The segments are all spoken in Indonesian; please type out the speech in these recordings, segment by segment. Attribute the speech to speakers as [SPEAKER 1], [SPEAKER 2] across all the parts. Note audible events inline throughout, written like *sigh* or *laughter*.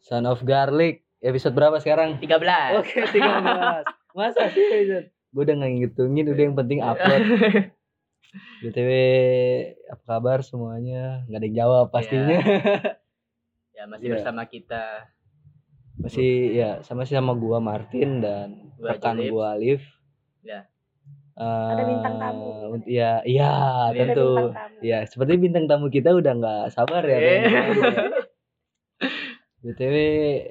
[SPEAKER 1] Son of Garlic. Episode berapa sekarang?
[SPEAKER 2] 13.
[SPEAKER 1] Oke, 13. Masa sih episode? Iya. Gue udah gak ngitungin, udah yang penting *laughs* upload. BTW, apa kabar semuanya? Gak ada yang jawab pastinya.
[SPEAKER 2] ya, masih
[SPEAKER 1] Iya.
[SPEAKER 2] bersama kita.
[SPEAKER 1] Masih ya sama sih sama gua Martin dan
[SPEAKER 2] Gua
[SPEAKER 1] rekan
[SPEAKER 2] Julif.
[SPEAKER 1] gua Alif.
[SPEAKER 2] Ya.
[SPEAKER 1] Eh,
[SPEAKER 3] Ada bintang tamu.
[SPEAKER 1] unt- Ya, iya
[SPEAKER 2] Ada
[SPEAKER 3] Ada bintang
[SPEAKER 1] tentu.
[SPEAKER 3] tamu.
[SPEAKER 1] Ya, seperti bintang tamu kita udah nggak sabar ya.
[SPEAKER 2] Eh.
[SPEAKER 1] pengen tahu ya. BTW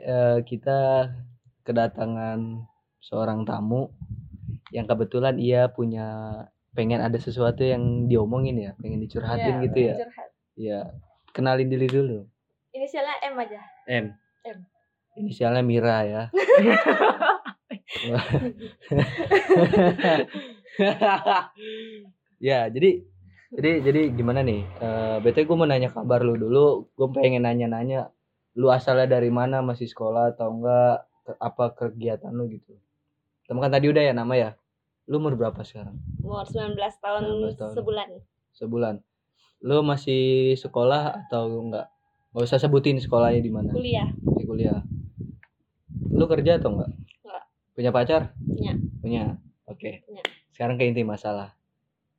[SPEAKER 1] eh, kita kedatangan seorang tamu yang kebetulan ia punya pengen ada sesuatu yang diomongin ya, pengen dicurhatin
[SPEAKER 3] Iya,
[SPEAKER 1] gitu ya.
[SPEAKER 3] curhat.
[SPEAKER 1] Ya, kenalin diri dulu.
[SPEAKER 3] Inisialnya M aja.
[SPEAKER 1] M.
[SPEAKER 3] M.
[SPEAKER 1] Inisialnya Mira ya. *laughs* ya, jadi jadi jadi gimana nih? Eh bete gue mau nanya kabar lu dulu. Gue pengen nanya-nanya lu asalnya dari mana, masih sekolah atau enggak? Ke- apa kegiatan lu gitu. Temen kan tadi udah ya nama ya. Lu umur berapa sekarang?
[SPEAKER 3] Umur 19 tahun,
[SPEAKER 1] 19 tahun.
[SPEAKER 3] sebulan.
[SPEAKER 1] Sebulan. Lu masih sekolah atau enggak? Gak usah sebutin sekolahnya di mana.
[SPEAKER 3] Kuliah.
[SPEAKER 1] di kuliah. Lu kerja atau enggak?
[SPEAKER 3] Enggak.
[SPEAKER 1] Punya pacar?
[SPEAKER 3] Punya.
[SPEAKER 1] Punya. Oke.
[SPEAKER 3] Punya.
[SPEAKER 1] Sekarang ke inti masalah.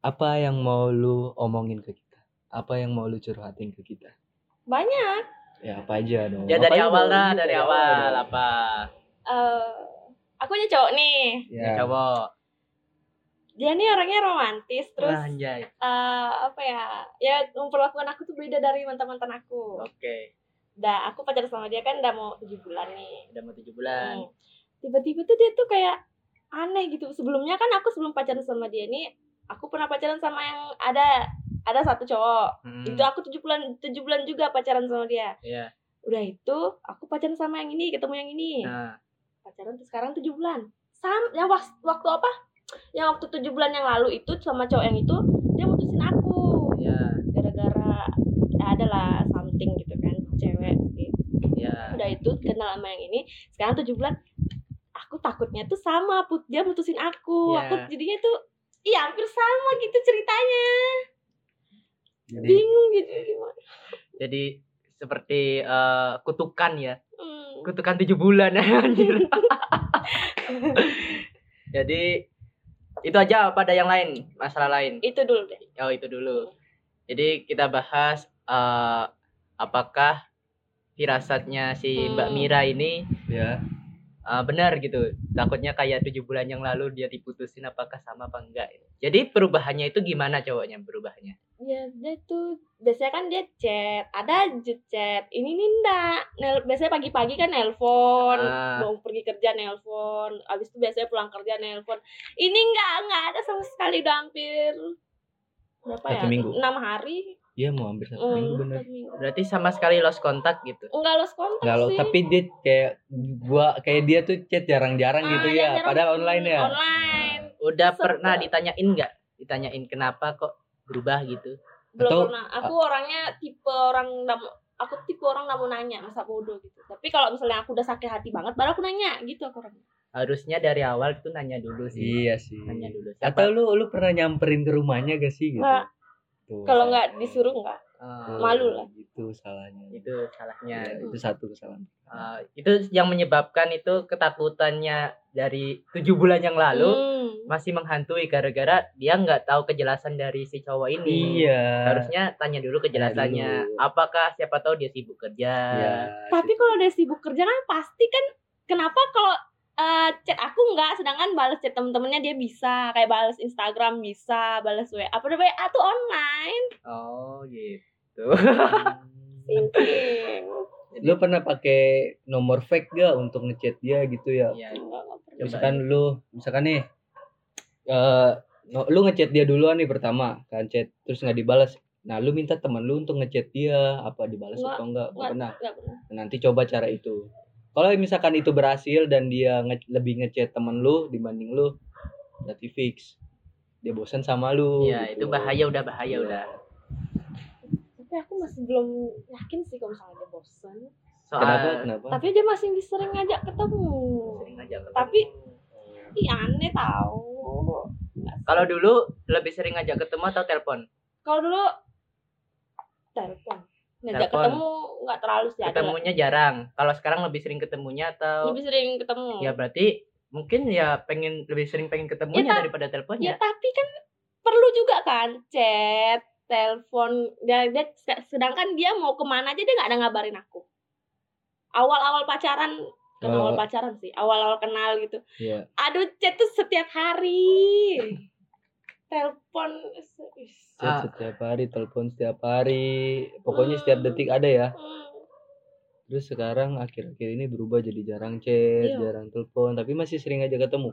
[SPEAKER 1] Apa yang mau lu omongin ke kita? Apa yang mau lu curhatin ke kita?
[SPEAKER 3] Banyak.
[SPEAKER 1] Ya apa aja dong.
[SPEAKER 2] Ya
[SPEAKER 1] Apa
[SPEAKER 2] dari
[SPEAKER 1] aja
[SPEAKER 2] awal
[SPEAKER 1] dong,
[SPEAKER 2] dah,
[SPEAKER 1] ini
[SPEAKER 2] dari awal
[SPEAKER 1] dong.
[SPEAKER 2] apa?
[SPEAKER 3] Eh, aku punya cowok nih.
[SPEAKER 1] Ya.
[SPEAKER 2] Ya. Cowok.
[SPEAKER 3] Dia nih orangnya romantis.
[SPEAKER 2] Terus
[SPEAKER 3] Terus
[SPEAKER 2] anjay.
[SPEAKER 3] eh, apa ya? Ya memperlakukan aku tuh beda dari mantan-mantan aku.
[SPEAKER 2] Oke,
[SPEAKER 3] Dah aku pacaran sama dia kan udah mau 7 bulan nih.
[SPEAKER 2] udah mau 7 bulan.
[SPEAKER 3] Hmm. Tiba-tiba tuh dia tuh kayak aneh gitu. Sebelumnya kan aku sebelum pacaran sama dia nih, aku pernah pacaran sama yang ada ada satu cowok.
[SPEAKER 2] Hmm.
[SPEAKER 3] Itu aku tujuh bulan tujuh bulan juga pacaran sama dia.
[SPEAKER 2] Iya.
[SPEAKER 3] Udah itu aku pacaran sama yang ini, ketemu yang ini.
[SPEAKER 2] Nah,
[SPEAKER 3] Pacaran tuh sekarang tujuh bulan. Sam, yang wak- waktu apa? Yang waktu tujuh bulan yang lalu itu sama cowok yang itu dia mutusin aku
[SPEAKER 2] ya,
[SPEAKER 3] gara-gara ya adalah something gitu kan cewek sih.
[SPEAKER 2] ya.
[SPEAKER 3] Udah itu kenal sama yang ini. Sekarang tujuh bulan aku takutnya tuh sama put dia mutusin aku.
[SPEAKER 2] Iya.
[SPEAKER 3] Aku jadinya tuh iya hampir sama gitu ceritanya.
[SPEAKER 1] Jadi
[SPEAKER 3] Bingung gitu gimana.
[SPEAKER 2] Jadi seperti eh, kutukan ya.
[SPEAKER 3] Hmm.
[SPEAKER 2] Kutukan 7 bulan *laughs* anjir. Jadi itu aja pada yang lain, masalah lain.
[SPEAKER 3] Itu dulu deh.
[SPEAKER 2] Oh itu dulu. Jadi kita bahas eh, apakah firasatnya si Mbak
[SPEAKER 3] Hmm.
[SPEAKER 2] Mira ini
[SPEAKER 1] ya.
[SPEAKER 2] eh, benar gitu. Takutnya kayak tujuh bulan yang lalu dia diputusin apakah sama apa enggak. Jadi perubahannya itu gimana cowoknya perubahannya?
[SPEAKER 3] Ya dia tuh biasanya kan dia chat, ada aja chat. Ini nih ndak. Nel, biasanya pagi-pagi kan nelpon,
[SPEAKER 2] Ah,
[SPEAKER 3] mau pergi kerja nelpon, abis itu biasanya pulang kerja nelpon. Ini enggak, enggak ada sama sekali udah hampir berapa
[SPEAKER 1] Satu
[SPEAKER 3] ya?
[SPEAKER 1] minggu.
[SPEAKER 3] Enam hari.
[SPEAKER 1] Iya mau hampir satu minggu
[SPEAKER 3] Hmm,
[SPEAKER 1] bener.
[SPEAKER 3] satu minggu.
[SPEAKER 2] berarti sama sekali lost kontak gitu.
[SPEAKER 3] Enggak lost kontak
[SPEAKER 1] Nggak lo,
[SPEAKER 3] sih.
[SPEAKER 1] tapi dia kayak gua kayak dia tuh chat jarang-jarang
[SPEAKER 3] Ah,
[SPEAKER 1] gitu
[SPEAKER 3] iya,
[SPEAKER 1] ya,
[SPEAKER 3] jarang-
[SPEAKER 1] padahal online ya.
[SPEAKER 3] Online.
[SPEAKER 2] Udah
[SPEAKER 3] Sempet.
[SPEAKER 2] pernah ditanyain enggak? Ditanyain kenapa kok berubah gitu?
[SPEAKER 3] belum
[SPEAKER 1] Atau-
[SPEAKER 3] pernah aku orangnya tipe orang nggak mau- aku tipe orang nggak mau nanya masa bodoh gitu tapi kalau misalnya aku udah sakit hati banget baru aku nanya gitu aku orangnya
[SPEAKER 2] Harusnya dari awal itu nanya dulu sih.
[SPEAKER 1] Iya sih.
[SPEAKER 2] Nanya dulu. Siapa-
[SPEAKER 1] Atau lu lu pernah nyamperin ke rumahnya gak sih gitu?
[SPEAKER 3] Nggak.
[SPEAKER 1] Tuh,
[SPEAKER 3] kalau
[SPEAKER 1] salah.
[SPEAKER 3] nggak disuruh nggak
[SPEAKER 2] Eh,
[SPEAKER 1] Tuh,
[SPEAKER 3] malu lah.
[SPEAKER 1] Itu gitu salahnya.
[SPEAKER 2] Iya, itu salahnya.
[SPEAKER 1] Ya, itu satu kesalahan.
[SPEAKER 2] Uh, itu yang menyebabkan itu ketakutannya dari tujuh bulan yang lalu
[SPEAKER 3] Hmm.
[SPEAKER 2] masih menghantui gara-gara dia nggak tahu kejelasan dari si cowok ini.
[SPEAKER 1] Iya.
[SPEAKER 2] Harusnya tanya dulu kejelasannya.
[SPEAKER 1] Tanya dulu.
[SPEAKER 2] Apakah siapa tahu dia sibuk kerja?
[SPEAKER 1] Iya.
[SPEAKER 3] tapi kalau udah sibuk kerja kan pasti kan kenapa kalau eh, chat aku nggak sedangkan balas chat temen-temennya dia bisa kayak balas Instagram bisa balas WA apa namanya WA tuh online
[SPEAKER 2] Oh gitu. Iya.
[SPEAKER 3] Thinking.
[SPEAKER 1] Lu pernah pakai nomor fake gak untuk ngechat dia gitu ya?
[SPEAKER 2] Iya.
[SPEAKER 3] Nggak, nggak pernah.
[SPEAKER 2] Coba
[SPEAKER 1] Misalkan lu, misalkan nih, eh no- lu ngechat dia duluan nih pertama, kan chat terus nggak dibalas. Nah, lu minta teman lu untuk ngechat dia apa dibalas
[SPEAKER 3] Nggak,
[SPEAKER 1] atau enggak? Nggak
[SPEAKER 3] nggak.
[SPEAKER 1] pernah.
[SPEAKER 3] Nggak pernah.
[SPEAKER 1] Nanti coba cara itu. Kalau misalkan itu berhasil dan dia nge- lebih ngechat temen lu dibanding lu, berarti fix. Dia bosan sama lu.
[SPEAKER 2] Iya,
[SPEAKER 1] gitu.
[SPEAKER 2] itu bahaya udah bahaya udah.
[SPEAKER 3] tapi aku masih belum yakin sih kalau misalnya dia bosan
[SPEAKER 2] Soal
[SPEAKER 1] Kenapa? Kenapa?
[SPEAKER 3] tapi dia masih sering ngajak ketemu
[SPEAKER 2] sering ngajak ketemu.
[SPEAKER 3] Tapi- Ih, aneh tahu
[SPEAKER 2] kalau dulu lebih sering ngajak ketemu atau telepon?
[SPEAKER 3] kalau dulu telepon ngajak
[SPEAKER 2] Telepon.
[SPEAKER 3] ketemu nggak terlalu sih ada
[SPEAKER 2] Ketemunya jarang. Kalau sekarang lebih sering ketemunya atau
[SPEAKER 3] lebih sering ketemu
[SPEAKER 2] ya berarti mungkin ya pengen lebih sering pengen ketemunya
[SPEAKER 3] ta-
[SPEAKER 2] daripada
[SPEAKER 3] ya
[SPEAKER 2] teleponnya.
[SPEAKER 3] tapi kan perlu juga kan chat telepon Ya, dia, dia- sedangkan dia mau kemana aja dia nggak ada ngabarin aku awal-awal pacaran kan
[SPEAKER 1] Oh.
[SPEAKER 3] awal pacaran sih awal-awal kenal gitu
[SPEAKER 1] Iya.
[SPEAKER 3] aduh chat tuh setiap hari telepon
[SPEAKER 1] Chat
[SPEAKER 2] Ah.
[SPEAKER 1] setiap hari, telepon setiap hari, pokoknya setiap detik ada ya.
[SPEAKER 3] Hmm.
[SPEAKER 1] Terus sekarang akhir-akhir ini berubah jadi jarang chat,
[SPEAKER 3] Iya.
[SPEAKER 1] jarang telepon, tapi masih sering aja ketemu.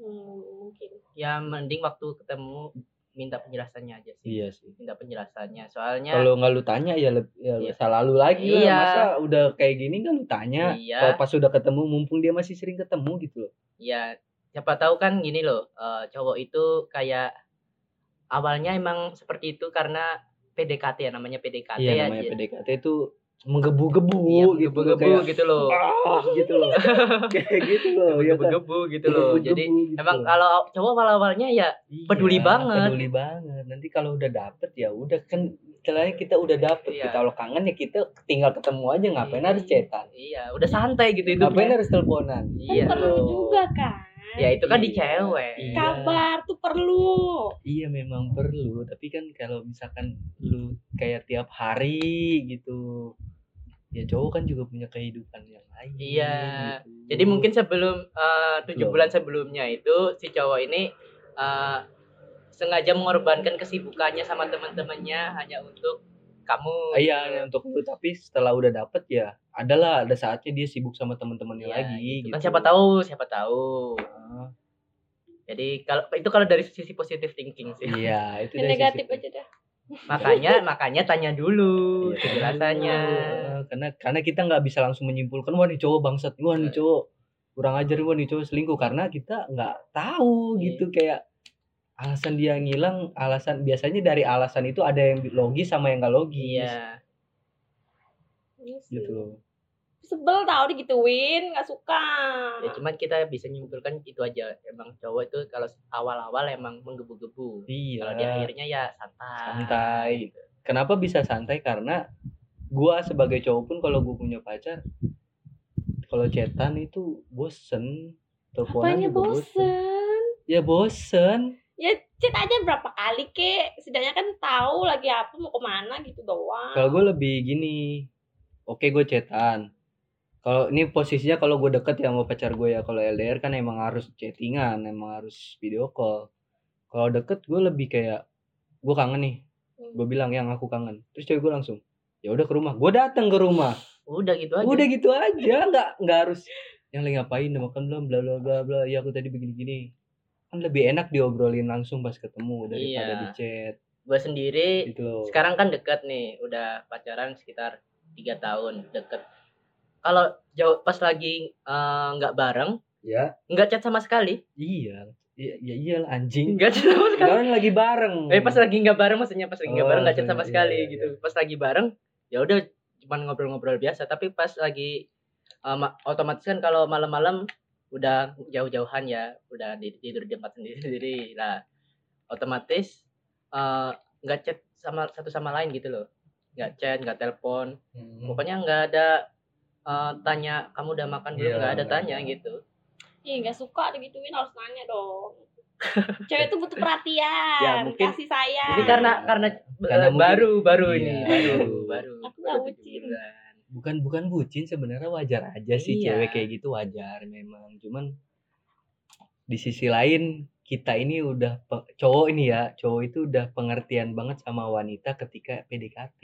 [SPEAKER 3] Hmm, mungkin
[SPEAKER 2] Ya mending waktu ketemu minta penjelasannya aja sih.
[SPEAKER 1] Iya sih.
[SPEAKER 2] Minta penjelasannya. Soalnya
[SPEAKER 1] Kalau nggak lu tanya ya, lebih, ya
[SPEAKER 2] Iya.
[SPEAKER 1] selalu lagi lah.
[SPEAKER 2] Iya.
[SPEAKER 1] Masa udah kayak gini nggak lu tanya?
[SPEAKER 2] Iya.
[SPEAKER 1] Kalau pas udah ketemu, mumpung dia masih sering ketemu gitu loh.
[SPEAKER 2] ya siapa tahu kan gini loh eh, cowok itu kayak awalnya emang seperti itu karena PDKT ya namanya PDKT
[SPEAKER 1] Iya
[SPEAKER 2] ya
[SPEAKER 1] namanya
[SPEAKER 2] jadi-
[SPEAKER 1] PDKT itu menggebu-gebu
[SPEAKER 2] iya,
[SPEAKER 1] gitu
[SPEAKER 2] menggebu-gebu
[SPEAKER 1] kayak,
[SPEAKER 2] gitu loh
[SPEAKER 1] "Ah," gitu *laughs* loh. kayak gitu loh. ya kan?
[SPEAKER 2] menggebu-gebu gitu loh
[SPEAKER 1] Menggebu-gebu
[SPEAKER 2] jadi
[SPEAKER 1] gitu.
[SPEAKER 2] emang kalau cowok awal awalnya ya peduli
[SPEAKER 1] Iya,
[SPEAKER 2] banget.
[SPEAKER 1] Peduli banget. Nanti kalau udah dapet ya udah kan istilahnya kita udah dapet. Kita
[SPEAKER 2] Iya.
[SPEAKER 1] kalau kangen ya kita tinggal ketemu aja ngapain
[SPEAKER 2] Iya.
[SPEAKER 1] harus cetan.
[SPEAKER 2] iya udah santai gitu itu
[SPEAKER 1] Ngapain harus teleponan?
[SPEAKER 3] kan
[SPEAKER 2] iya
[SPEAKER 3] perlu
[SPEAKER 1] Loh.
[SPEAKER 3] juga kan
[SPEAKER 2] ya itu kan di
[SPEAKER 1] Iya.
[SPEAKER 2] cewek
[SPEAKER 1] Iya.
[SPEAKER 3] kabar tuh perlu
[SPEAKER 1] Iya memang perlu, tapi kan kalau misalkan lu kayak tiap hari gitu, ya cowok kan juga punya kehidupan yang lain.
[SPEAKER 2] Iya.
[SPEAKER 1] gitu.
[SPEAKER 2] Jadi mungkin sebelum eh, tujuh
[SPEAKER 1] Belum.
[SPEAKER 2] bulan sebelumnya itu si cowok ini eh, sengaja mengorbankan kesibukannya sama teman-temannya hanya untuk kamu.
[SPEAKER 1] Ah, iya untuk lu tapi setelah udah dapet ya, adalah ada saatnya dia sibuk sama teman-temannya
[SPEAKER 2] Iya,
[SPEAKER 1] lagi.
[SPEAKER 2] gitu
[SPEAKER 1] Gitu.
[SPEAKER 2] kan siapa tahu, siapa tahu.
[SPEAKER 1] Ah,
[SPEAKER 2] Jadi kalau itu kalau dari sisi positif thinking sih.
[SPEAKER 1] Iya itu
[SPEAKER 3] yang
[SPEAKER 1] dari
[SPEAKER 3] negatif
[SPEAKER 1] sisi-
[SPEAKER 3] aja dah
[SPEAKER 2] *laughs* makanya makanya tanya dulu
[SPEAKER 1] Iya,
[SPEAKER 2] penjelasannya.
[SPEAKER 1] Iya, karena karena kita nggak bisa langsung menyimpulkan wah nih cowok bangsat wah
[SPEAKER 2] Iya.
[SPEAKER 1] nih cowok kurang ajar wah nih cowok selingkuh karena kita nggak tahu
[SPEAKER 2] Iya.
[SPEAKER 1] gitu kayak alasan dia ngilang alasan biasanya dari alasan itu ada yang logis sama yang nggak logis
[SPEAKER 2] Iya.
[SPEAKER 3] Iya sih.
[SPEAKER 1] gitu loh
[SPEAKER 3] sebel tau digituin nggak suka
[SPEAKER 2] Ya, cuman kita bisa nyimpulkan itu aja. Emang cowok itu kalau awal-awal emang menggebu-gebu.
[SPEAKER 1] iya
[SPEAKER 2] Kalau di akhirnya ya santai.
[SPEAKER 1] santai gitu. kenapa bisa santai karena gua sebagai cowok pun kalau gua punya pacar kalau cetan itu bosen teleponan
[SPEAKER 3] apanya
[SPEAKER 1] juga
[SPEAKER 3] bosen
[SPEAKER 1] ya bosen
[SPEAKER 3] ya chat aja berapa kali kek setidaknya kan tahu lagi apa mau kemana gitu doang
[SPEAKER 1] Kalau gue lebih gini, oke gue cetan. Kalau ini posisinya kalau gue deket ya sama pacar gue ya kalau LDR kan emang harus chattingan, emang harus video call. Kalau deket gue lebih kayak gue kangen nih,
[SPEAKER 3] Hmm.
[SPEAKER 1] gue bilang yang aku kangen. Terus cewek gue langsung, ya udah ke rumah. Gue datang ke rumah.
[SPEAKER 2] Udah gitu aja.
[SPEAKER 1] Udah gitu aja, nggak nggak harus yang lagi ngapain, udah makan belum, bla bla bla bla. Ya aku tadi begini gini. Kan lebih enak diobrolin langsung pas ketemu daripada
[SPEAKER 2] Iya.
[SPEAKER 1] di chat
[SPEAKER 2] gue sendiri
[SPEAKER 1] gitu loh.
[SPEAKER 2] sekarang kan dekat nih udah pacaran sekitar tiga tahun deket kalau jauh pas lagi eh, nggak bareng
[SPEAKER 1] Ya.
[SPEAKER 2] nggak chat sama sekali
[SPEAKER 1] Iya, iya kan. ya iyalah anjing.
[SPEAKER 2] nggak chat sama sekali
[SPEAKER 1] Kalian lagi bareng.
[SPEAKER 2] eh pas lagi nggak bareng maksudnya pas lagi nggak
[SPEAKER 1] Oh,
[SPEAKER 2] bareng nggak chat
[SPEAKER 1] maksudnya,
[SPEAKER 2] sama
[SPEAKER 1] iya,
[SPEAKER 2] sekali
[SPEAKER 1] iya,
[SPEAKER 2] gitu pas lagi bareng ya udah cuman ngobrol-ngobrol biasa tapi pas lagi eh, ma- otomatis kan kalau malam-malam udah jauh-jauhan ya udah di- tidur di tempat sendiri-sendiri lah otomatis eh, nggak chat sama satu sama lain gitu loh nggak chat nggak telepon
[SPEAKER 1] Hmm.
[SPEAKER 2] pokoknya nggak ada eh, tanya kamu udah makan belum
[SPEAKER 1] Iya,
[SPEAKER 2] nggak ada
[SPEAKER 1] nggak
[SPEAKER 2] tanya
[SPEAKER 1] ada.
[SPEAKER 2] gitu
[SPEAKER 3] ih nggak suka digituin harus nanya dong cewek tuh butuh perhatian
[SPEAKER 2] Ya, mungkin-
[SPEAKER 3] kasih sayang
[SPEAKER 2] ini karena karena, eh,
[SPEAKER 1] Karena mungkin-
[SPEAKER 2] baru baru
[SPEAKER 1] Iya,
[SPEAKER 2] ini
[SPEAKER 1] baru. *laughs*
[SPEAKER 2] baru baru gitu
[SPEAKER 3] Aku
[SPEAKER 2] baru
[SPEAKER 3] nggak
[SPEAKER 2] tujuh
[SPEAKER 3] bucin.
[SPEAKER 2] bulan.
[SPEAKER 1] bukan bukan bucin sebenarnya wajar aja sih
[SPEAKER 2] Iya.
[SPEAKER 1] cewek kayak gitu wajar memang. Cuman di sisi lain kita ini udah pe- cowok ini ya, cowok itu udah pengertian banget sama wanita ketika PDKT.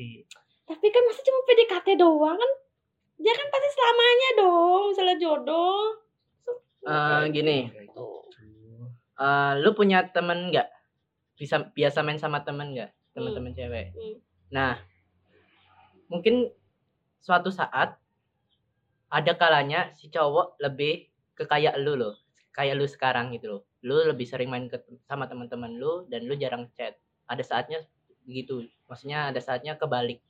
[SPEAKER 3] tapi kan masih cuma PDKT doang kan dia kan pasti selamanya dong misalnya jodoh gitu.
[SPEAKER 2] Eh, gini
[SPEAKER 3] Tuh.
[SPEAKER 1] gitu.
[SPEAKER 2] eh, lu punya temen nggak bisa biasa main sama temen nggak teman-teman cewek
[SPEAKER 3] Hmm.
[SPEAKER 2] nah mungkin suatu saat ada kalanya si cowok lebih ke kayak lu loh kayak lu sekarang gitu loh lu lebih sering main ke, sama teman-teman lu dan lu jarang chat ada saatnya begitu maksudnya ada saatnya kebalik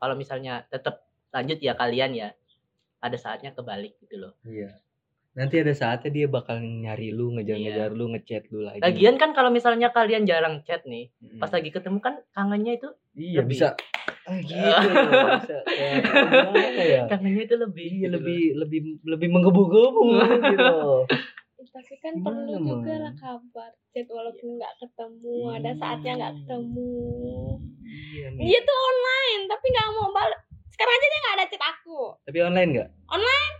[SPEAKER 2] kalau misalnya tetap lanjut ya kalian ya ada saatnya kebalik gitu loh
[SPEAKER 1] Iya. nanti ada saatnya dia bakal nyari lu ngejar-ngejar lu ngechat lu
[SPEAKER 3] Hmm.
[SPEAKER 1] lagi
[SPEAKER 2] Lagian kan kalau misalnya kalian jarang chat nih,
[SPEAKER 1] Mm.
[SPEAKER 2] pas lagi ketemu kan kangennya itu,
[SPEAKER 1] iya
[SPEAKER 2] lebih.
[SPEAKER 1] bisa ah, gitu loh, bisa Kayak, gimana ya
[SPEAKER 2] kangennya itu lebih
[SPEAKER 1] Iya,
[SPEAKER 2] gitu
[SPEAKER 1] lebih lebih lebih menggebu-gebu gitu loh.
[SPEAKER 3] Ih, tapi kan
[SPEAKER 1] Gimana,
[SPEAKER 3] perlu juga
[SPEAKER 1] Mang?
[SPEAKER 3] lah kabar chat walaupun nggak ketemu ada
[SPEAKER 1] Iya.
[SPEAKER 3] saatnya nggak ketemu Oh.
[SPEAKER 1] Iya, Mi.
[SPEAKER 3] dia tuh online tapi nggak mau balik sekarang aja dia nggak ada chat aku
[SPEAKER 1] Tapi online nggak?
[SPEAKER 2] loh.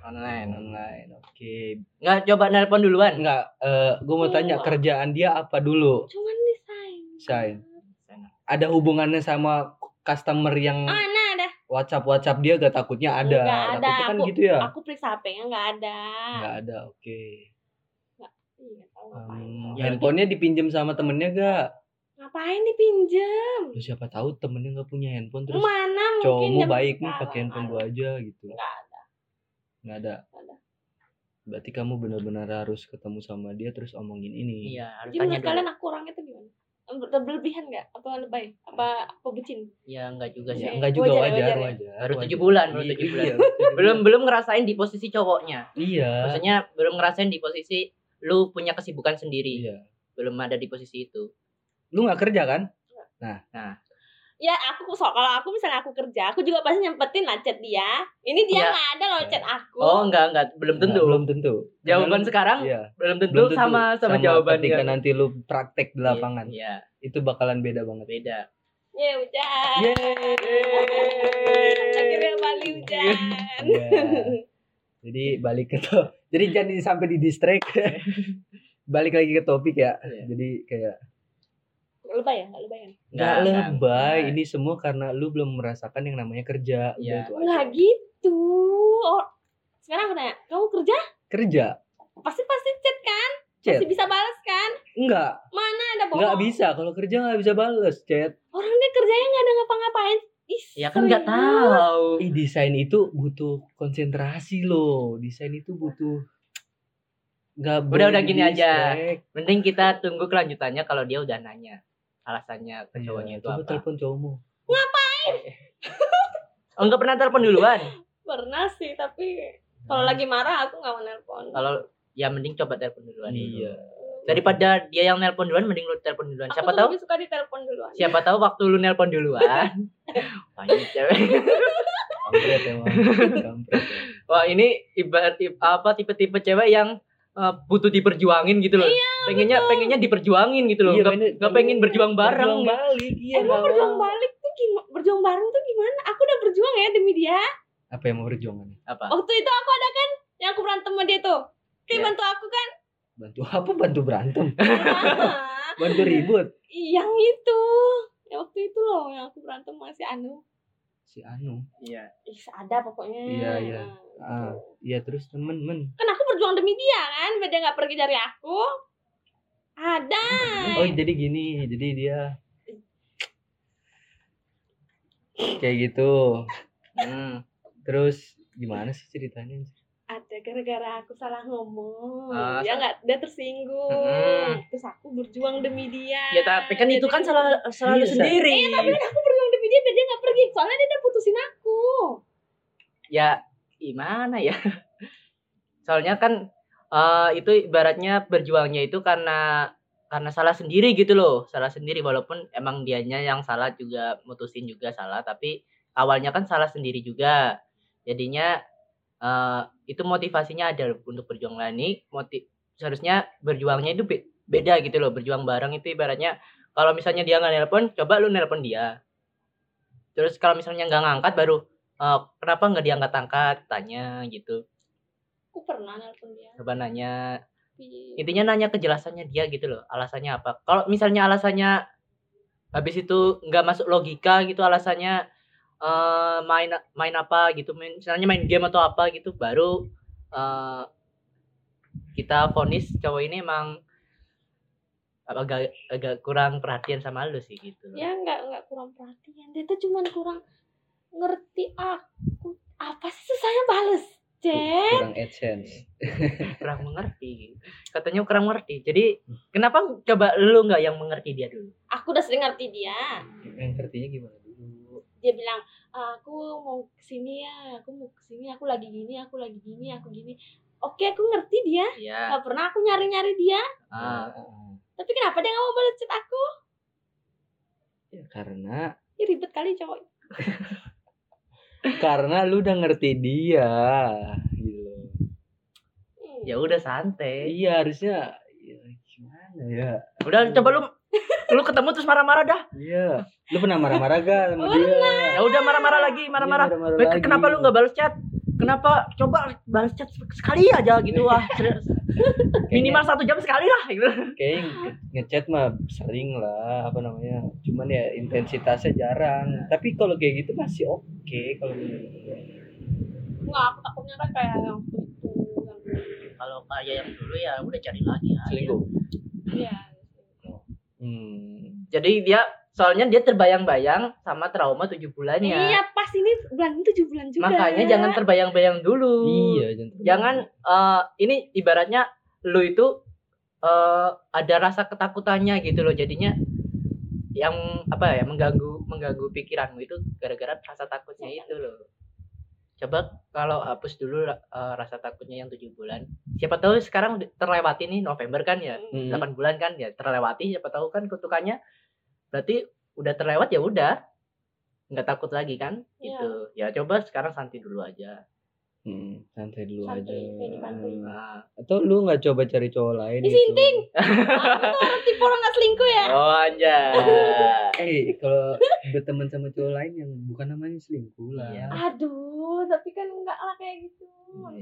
[SPEAKER 2] online.
[SPEAKER 1] Online. Oke.
[SPEAKER 2] Nggak coba nelpon duluan.
[SPEAKER 3] Hmm.
[SPEAKER 1] Nggak. Eh, gue mau tanya
[SPEAKER 3] Wah.
[SPEAKER 1] kerjaan dia apa dulu?
[SPEAKER 3] cuman desain
[SPEAKER 1] Sain. Ada hubungannya sama customer yang
[SPEAKER 3] ah nah ada
[SPEAKER 1] WhatsApp WhatsApp dia gak takutnya Hmm. ada?
[SPEAKER 3] Nggak ada,
[SPEAKER 1] Takutnya kan
[SPEAKER 3] aku-
[SPEAKER 1] gitu ya?
[SPEAKER 3] aku periksa hpnya nggak ada
[SPEAKER 1] Nggak ada. Oke.
[SPEAKER 3] Ih, nggak tahu ngapain
[SPEAKER 1] Um,
[SPEAKER 2] Ya,
[SPEAKER 1] handphonenya dipinjam sama temennya gak?
[SPEAKER 3] ngapain dipinjam
[SPEAKER 1] Lu siapa tahu temennya nggak punya handphone terus
[SPEAKER 3] mana mungkin
[SPEAKER 1] cowokmu
[SPEAKER 3] jam
[SPEAKER 1] baik nih
[SPEAKER 3] sekarang
[SPEAKER 1] pakai handphone
[SPEAKER 3] ada.
[SPEAKER 1] gua aja gitu.
[SPEAKER 3] nggak ada
[SPEAKER 1] Nggak ada.
[SPEAKER 3] Nggak ada.
[SPEAKER 1] Berarti kamu benar-benar harus ketemu sama dia terus omongin ini.
[SPEAKER 2] Iya, harus
[SPEAKER 3] jadi
[SPEAKER 2] tanya
[SPEAKER 3] menurut
[SPEAKER 2] dulu.
[SPEAKER 3] kalian aku orangnya tuh gimana Ber- berlebihan nggak apa lebay
[SPEAKER 1] Hmm.
[SPEAKER 3] apa apa bucin
[SPEAKER 2] Ya enggak juga
[SPEAKER 1] Ya,
[SPEAKER 2] sih.
[SPEAKER 3] Iya.
[SPEAKER 1] enggak juga
[SPEAKER 3] Wajar,
[SPEAKER 1] wajar, wajar,
[SPEAKER 3] wajar ya.
[SPEAKER 2] Baru tujuh bulan, baru
[SPEAKER 1] Iya,
[SPEAKER 2] tujuh
[SPEAKER 1] iya,
[SPEAKER 2] bulan. *laughs*
[SPEAKER 1] tujuh
[SPEAKER 2] Belum
[SPEAKER 1] bulan.
[SPEAKER 2] belum ngerasain di posisi cowoknya.
[SPEAKER 1] Iya.
[SPEAKER 2] Maksudnya belum ngerasain di posisi lu punya kesibukan sendiri.
[SPEAKER 1] Iya.
[SPEAKER 2] Belum ada di posisi itu.
[SPEAKER 1] Lu nggak kerja kan?
[SPEAKER 3] ya aku so kalau aku misalnya aku kerja aku juga pasti nyempetin lah chat dia ini
[SPEAKER 2] Iya.
[SPEAKER 3] dia nggak ada loh chat
[SPEAKER 1] Hmm.
[SPEAKER 3] aku
[SPEAKER 2] Oh, enggak enggak, belum tentu.
[SPEAKER 1] Nah, belum tentu.
[SPEAKER 2] Jawaban
[SPEAKER 1] Karena-
[SPEAKER 2] sekarang
[SPEAKER 1] Iya.
[SPEAKER 2] belum tentu,
[SPEAKER 1] belum tentu.
[SPEAKER 2] sama sama, jawaban
[SPEAKER 1] ketika
[SPEAKER 2] dia.
[SPEAKER 1] nanti lu praktek di lapangan.
[SPEAKER 2] Iya,
[SPEAKER 1] Itu bakalan beda banget.
[SPEAKER 2] beda.
[SPEAKER 3] ya hujan
[SPEAKER 1] Yeay.
[SPEAKER 3] akhirnya Bali hujan
[SPEAKER 1] Iya. Jadi balik ke to- *laughs* Jadi jangan sampai di distrik. *laughs* balik lagi ke topik ya.
[SPEAKER 2] Iya.
[SPEAKER 1] Jadi kayak
[SPEAKER 3] lebay ya nggak lebay kan
[SPEAKER 1] nggak
[SPEAKER 2] Nggak, nggak,
[SPEAKER 1] lebay.
[SPEAKER 2] nggak.
[SPEAKER 1] Ini semua karena lu belum merasakan yang namanya kerja. Udah
[SPEAKER 2] Iya.
[SPEAKER 1] itu aja.
[SPEAKER 3] nggak gitu oh, sekarang aku tanya kamu kerja
[SPEAKER 1] Kerja.
[SPEAKER 3] pasti pasti chat kan
[SPEAKER 1] Chat.
[SPEAKER 3] pasti bisa balas kan Nah,
[SPEAKER 1] Enggak.
[SPEAKER 3] ada bohong
[SPEAKER 1] Nggak bisa kalau kerja nggak bisa bales chat.
[SPEAKER 3] orang dia kerjanya nggak ada ngapa-ngapain Ih,
[SPEAKER 2] Ya kan nggak
[SPEAKER 3] serius?
[SPEAKER 2] tahu.
[SPEAKER 1] Ih, desain itu butuh konsentrasi loh. Desain itu butuh nggak
[SPEAKER 2] Udah,
[SPEAKER 1] boleh
[SPEAKER 2] udah, gini aja.
[SPEAKER 1] di-distract.
[SPEAKER 2] Mending kita tunggu kelanjutannya kalau dia udah nanya alasannya ke cowoknya itu
[SPEAKER 1] Coba
[SPEAKER 2] apa.
[SPEAKER 1] telepon cowokmu.
[SPEAKER 2] Oh, enggak pernah telepon duluan.
[SPEAKER 3] pernah sih tapi
[SPEAKER 2] Nah.
[SPEAKER 3] kalau lagi marah aku nggak mau nelpon
[SPEAKER 2] Kalau ya mending coba telepon duluan. dulu.
[SPEAKER 1] Iya.
[SPEAKER 2] Daripada dia yang nelpon duluan mending lu telepon duluan.
[SPEAKER 3] aku
[SPEAKER 2] Siapa
[SPEAKER 3] tuh
[SPEAKER 2] tahu
[SPEAKER 3] lebih suka ditelepon duluan
[SPEAKER 2] siapa tahu waktu lu nelpon duluan. Banyak cewek.
[SPEAKER 1] Kampret
[SPEAKER 2] *laughs*
[SPEAKER 1] emang. Kampret. ya.
[SPEAKER 2] Wah, ini ibarat tip- apa tipe-tipe cewek yang eh, butuh diperjuangin gitu loh. pengennya pengennya diperjuangin gitu loh.
[SPEAKER 1] Iya,
[SPEAKER 2] Nggak-
[SPEAKER 1] pengen-
[SPEAKER 2] nggak pengen berjuang bareng.
[SPEAKER 1] Berjuang balik, iya.
[SPEAKER 3] Eh, Emang
[SPEAKER 1] nggak
[SPEAKER 3] berjuang
[SPEAKER 1] mau.
[SPEAKER 3] balik tuh gimana? Berjuang bareng tuh gimana? Aku udah berjuang ya demi dia.
[SPEAKER 1] Apa yang mau berjuang? Ani?
[SPEAKER 2] Apa?
[SPEAKER 3] Waktu itu aku ada kan yang aku berantem sama dia tuh. Kayak
[SPEAKER 2] Iya.
[SPEAKER 3] bantu aku kan.
[SPEAKER 1] Bantu apa? Bantu berantem.
[SPEAKER 2] *laughs*
[SPEAKER 3] Ah,
[SPEAKER 1] Bantu ribut.
[SPEAKER 3] yang itu. Ya waktu itu loh yang aku berantem masih Anu.
[SPEAKER 1] Si Anu.
[SPEAKER 2] Iya.
[SPEAKER 3] Ih, ada pokoknya.
[SPEAKER 1] Iya, iya.
[SPEAKER 3] Nah,
[SPEAKER 1] Ah, iya terus temen men.
[SPEAKER 3] Kan aku berjuang demi dia kan, biar dia nggak pergi dari aku. Ada. iya.
[SPEAKER 1] Oh jadi gini, jadi dia kayak gitu.
[SPEAKER 2] Hmm.
[SPEAKER 1] Terus gimana sih ceritanya?
[SPEAKER 3] Ada gara-gara aku salah ngomong.
[SPEAKER 2] Ah,
[SPEAKER 3] dia
[SPEAKER 2] sa-
[SPEAKER 3] nggak dia tersinggung.
[SPEAKER 2] Mm-mm.
[SPEAKER 3] Terus aku berjuang demi dia.
[SPEAKER 2] Ya tapi kan itu kan
[SPEAKER 3] Jadi-
[SPEAKER 2] salah salah lu
[SPEAKER 1] Iya, Sa.
[SPEAKER 2] sendiri.
[SPEAKER 3] Iya, tapi kan aku berjuang demi dia biar dia gak pergi. Soalnya dia udah putusin aku.
[SPEAKER 2] ya gimana ya *laughs* soalnya kan eh, itu ibaratnya berjuangnya itu karena karena salah sendiri gitu loh salah sendiri walaupun emang dianya yang salah juga mutusin juga salah tapi awalnya kan salah sendiri juga jadinya eh, itu motivasinya ada untuk berjuang lani motif seharusnya berjuangnya itu be- beda gitu loh berjuang bareng itu ibaratnya kalau misalnya dia nggak nelpon coba lu nelpon dia terus kalau misalnya nggak ngangkat baru Eh, kenapa nggak diangkat-angkat tanya gitu
[SPEAKER 3] Aku pernah nelpon dia.
[SPEAKER 2] coba nanya
[SPEAKER 3] Tapi
[SPEAKER 2] intinya nanya kejelasannya dia gitu loh alasannya apa kalau misalnya alasannya habis itu nggak masuk logika gitu alasannya eh main main apa gitu main, misalnya main game atau apa gitu baru eh kita vonis cowok ini emang agak agak kurang perhatian sama lu sih gitu loh.
[SPEAKER 3] ya nggak nggak kurang perhatian. Dia tuh cuman kurang ngerti aku. Apa sih susahnya bales? Cek.
[SPEAKER 1] Kurang adsense.
[SPEAKER 2] *laughs* kurang mengerti katanya kurang mengerti jadi kenapa coba lu nggak yang mengerti dia dulu
[SPEAKER 3] Aku udah sering ngerti dia.
[SPEAKER 1] Yang ngertinya gimana dulu?
[SPEAKER 3] Dia bilang, "Ah, aku mau kesini ya. Aku mau kesini. Aku lagi gini. Aku lagi gini. Aku gini. oke aku ngerti dia
[SPEAKER 2] Iya.
[SPEAKER 3] nggak pernah aku nyari nyari dia
[SPEAKER 2] Ah,
[SPEAKER 3] tapi kenapa dia nggak mau balas chat aku
[SPEAKER 1] karena
[SPEAKER 3] ya ribet kali cowok
[SPEAKER 1] karena lu udah ngerti dia gitu loh.
[SPEAKER 3] Hmm.
[SPEAKER 2] ya udah santai.
[SPEAKER 1] iya harusnya ya, gimana ya
[SPEAKER 2] Udah coba lu lu ketemu terus marah-marah dah.
[SPEAKER 1] iya lu pernah marah-marah gak sama dia
[SPEAKER 2] Ya udah marah-marah lagi, marah-marah.
[SPEAKER 1] Iya, marah-marah
[SPEAKER 2] Weh,
[SPEAKER 1] lagi.
[SPEAKER 2] Kenapa lu nggak balas chat? Kenapa coba balas chat sekali aja gitu *laughs* wah serius. minimal satu jam sekali lah gitu.
[SPEAKER 1] kayaknya nge- ngechat mah sering lah apa namanya cuman ya intensitasnya jarang tapi kalau kayak gitu masih oke kalau gitu. menurut gue.
[SPEAKER 3] nggak aku takutnya kan kayak yang waktu itu yang
[SPEAKER 2] Kalau kayak yang dulu ya udah cari lagi aja.
[SPEAKER 1] selingkuh
[SPEAKER 3] iya
[SPEAKER 1] hmm.
[SPEAKER 2] Jadi dia soalnya dia terbayang-bayang sama trauma tujuh bulannya.
[SPEAKER 3] iya pas ini bulan ini tujuh bulan juga
[SPEAKER 2] Makanya jangan terbayang-bayang dulu.
[SPEAKER 1] iya jangan
[SPEAKER 2] Jangan eh, ini ibaratnya lu itu eh, ada rasa ketakutannya gitu loh jadinya yang apa ya mengganggu mengganggu pikiranmu itu gara-gara rasa takutnya itu loh. Coba kalau hapus dulu eh, rasa takutnya yang tujuh bulan. Siapa tahu sekarang terlewati nih November kan ya.
[SPEAKER 1] Hmm.
[SPEAKER 2] 8 bulan kan ya terlewati siapa tahu kan kutukannya berarti udah terlewat ya udah nggak takut lagi kan
[SPEAKER 3] Iya.
[SPEAKER 2] gitu ya coba sekarang santai dulu aja
[SPEAKER 1] Hmm, santai dulu
[SPEAKER 3] Santai,
[SPEAKER 1] aja
[SPEAKER 3] kayak dibantuin.
[SPEAKER 2] Nah.
[SPEAKER 1] atau lu nggak coba cari cowok lain gitu?
[SPEAKER 3] Ih, sinting. aku tuh Kan
[SPEAKER 2] *laughs*
[SPEAKER 3] orang tipe orang nggak selingkuh ya
[SPEAKER 2] oh aja
[SPEAKER 1] eh kalau berteman sama cowok lain yang bukan namanya selingkuh lah
[SPEAKER 2] Iya.
[SPEAKER 3] aduh tapi kan nggak lah kayak gitu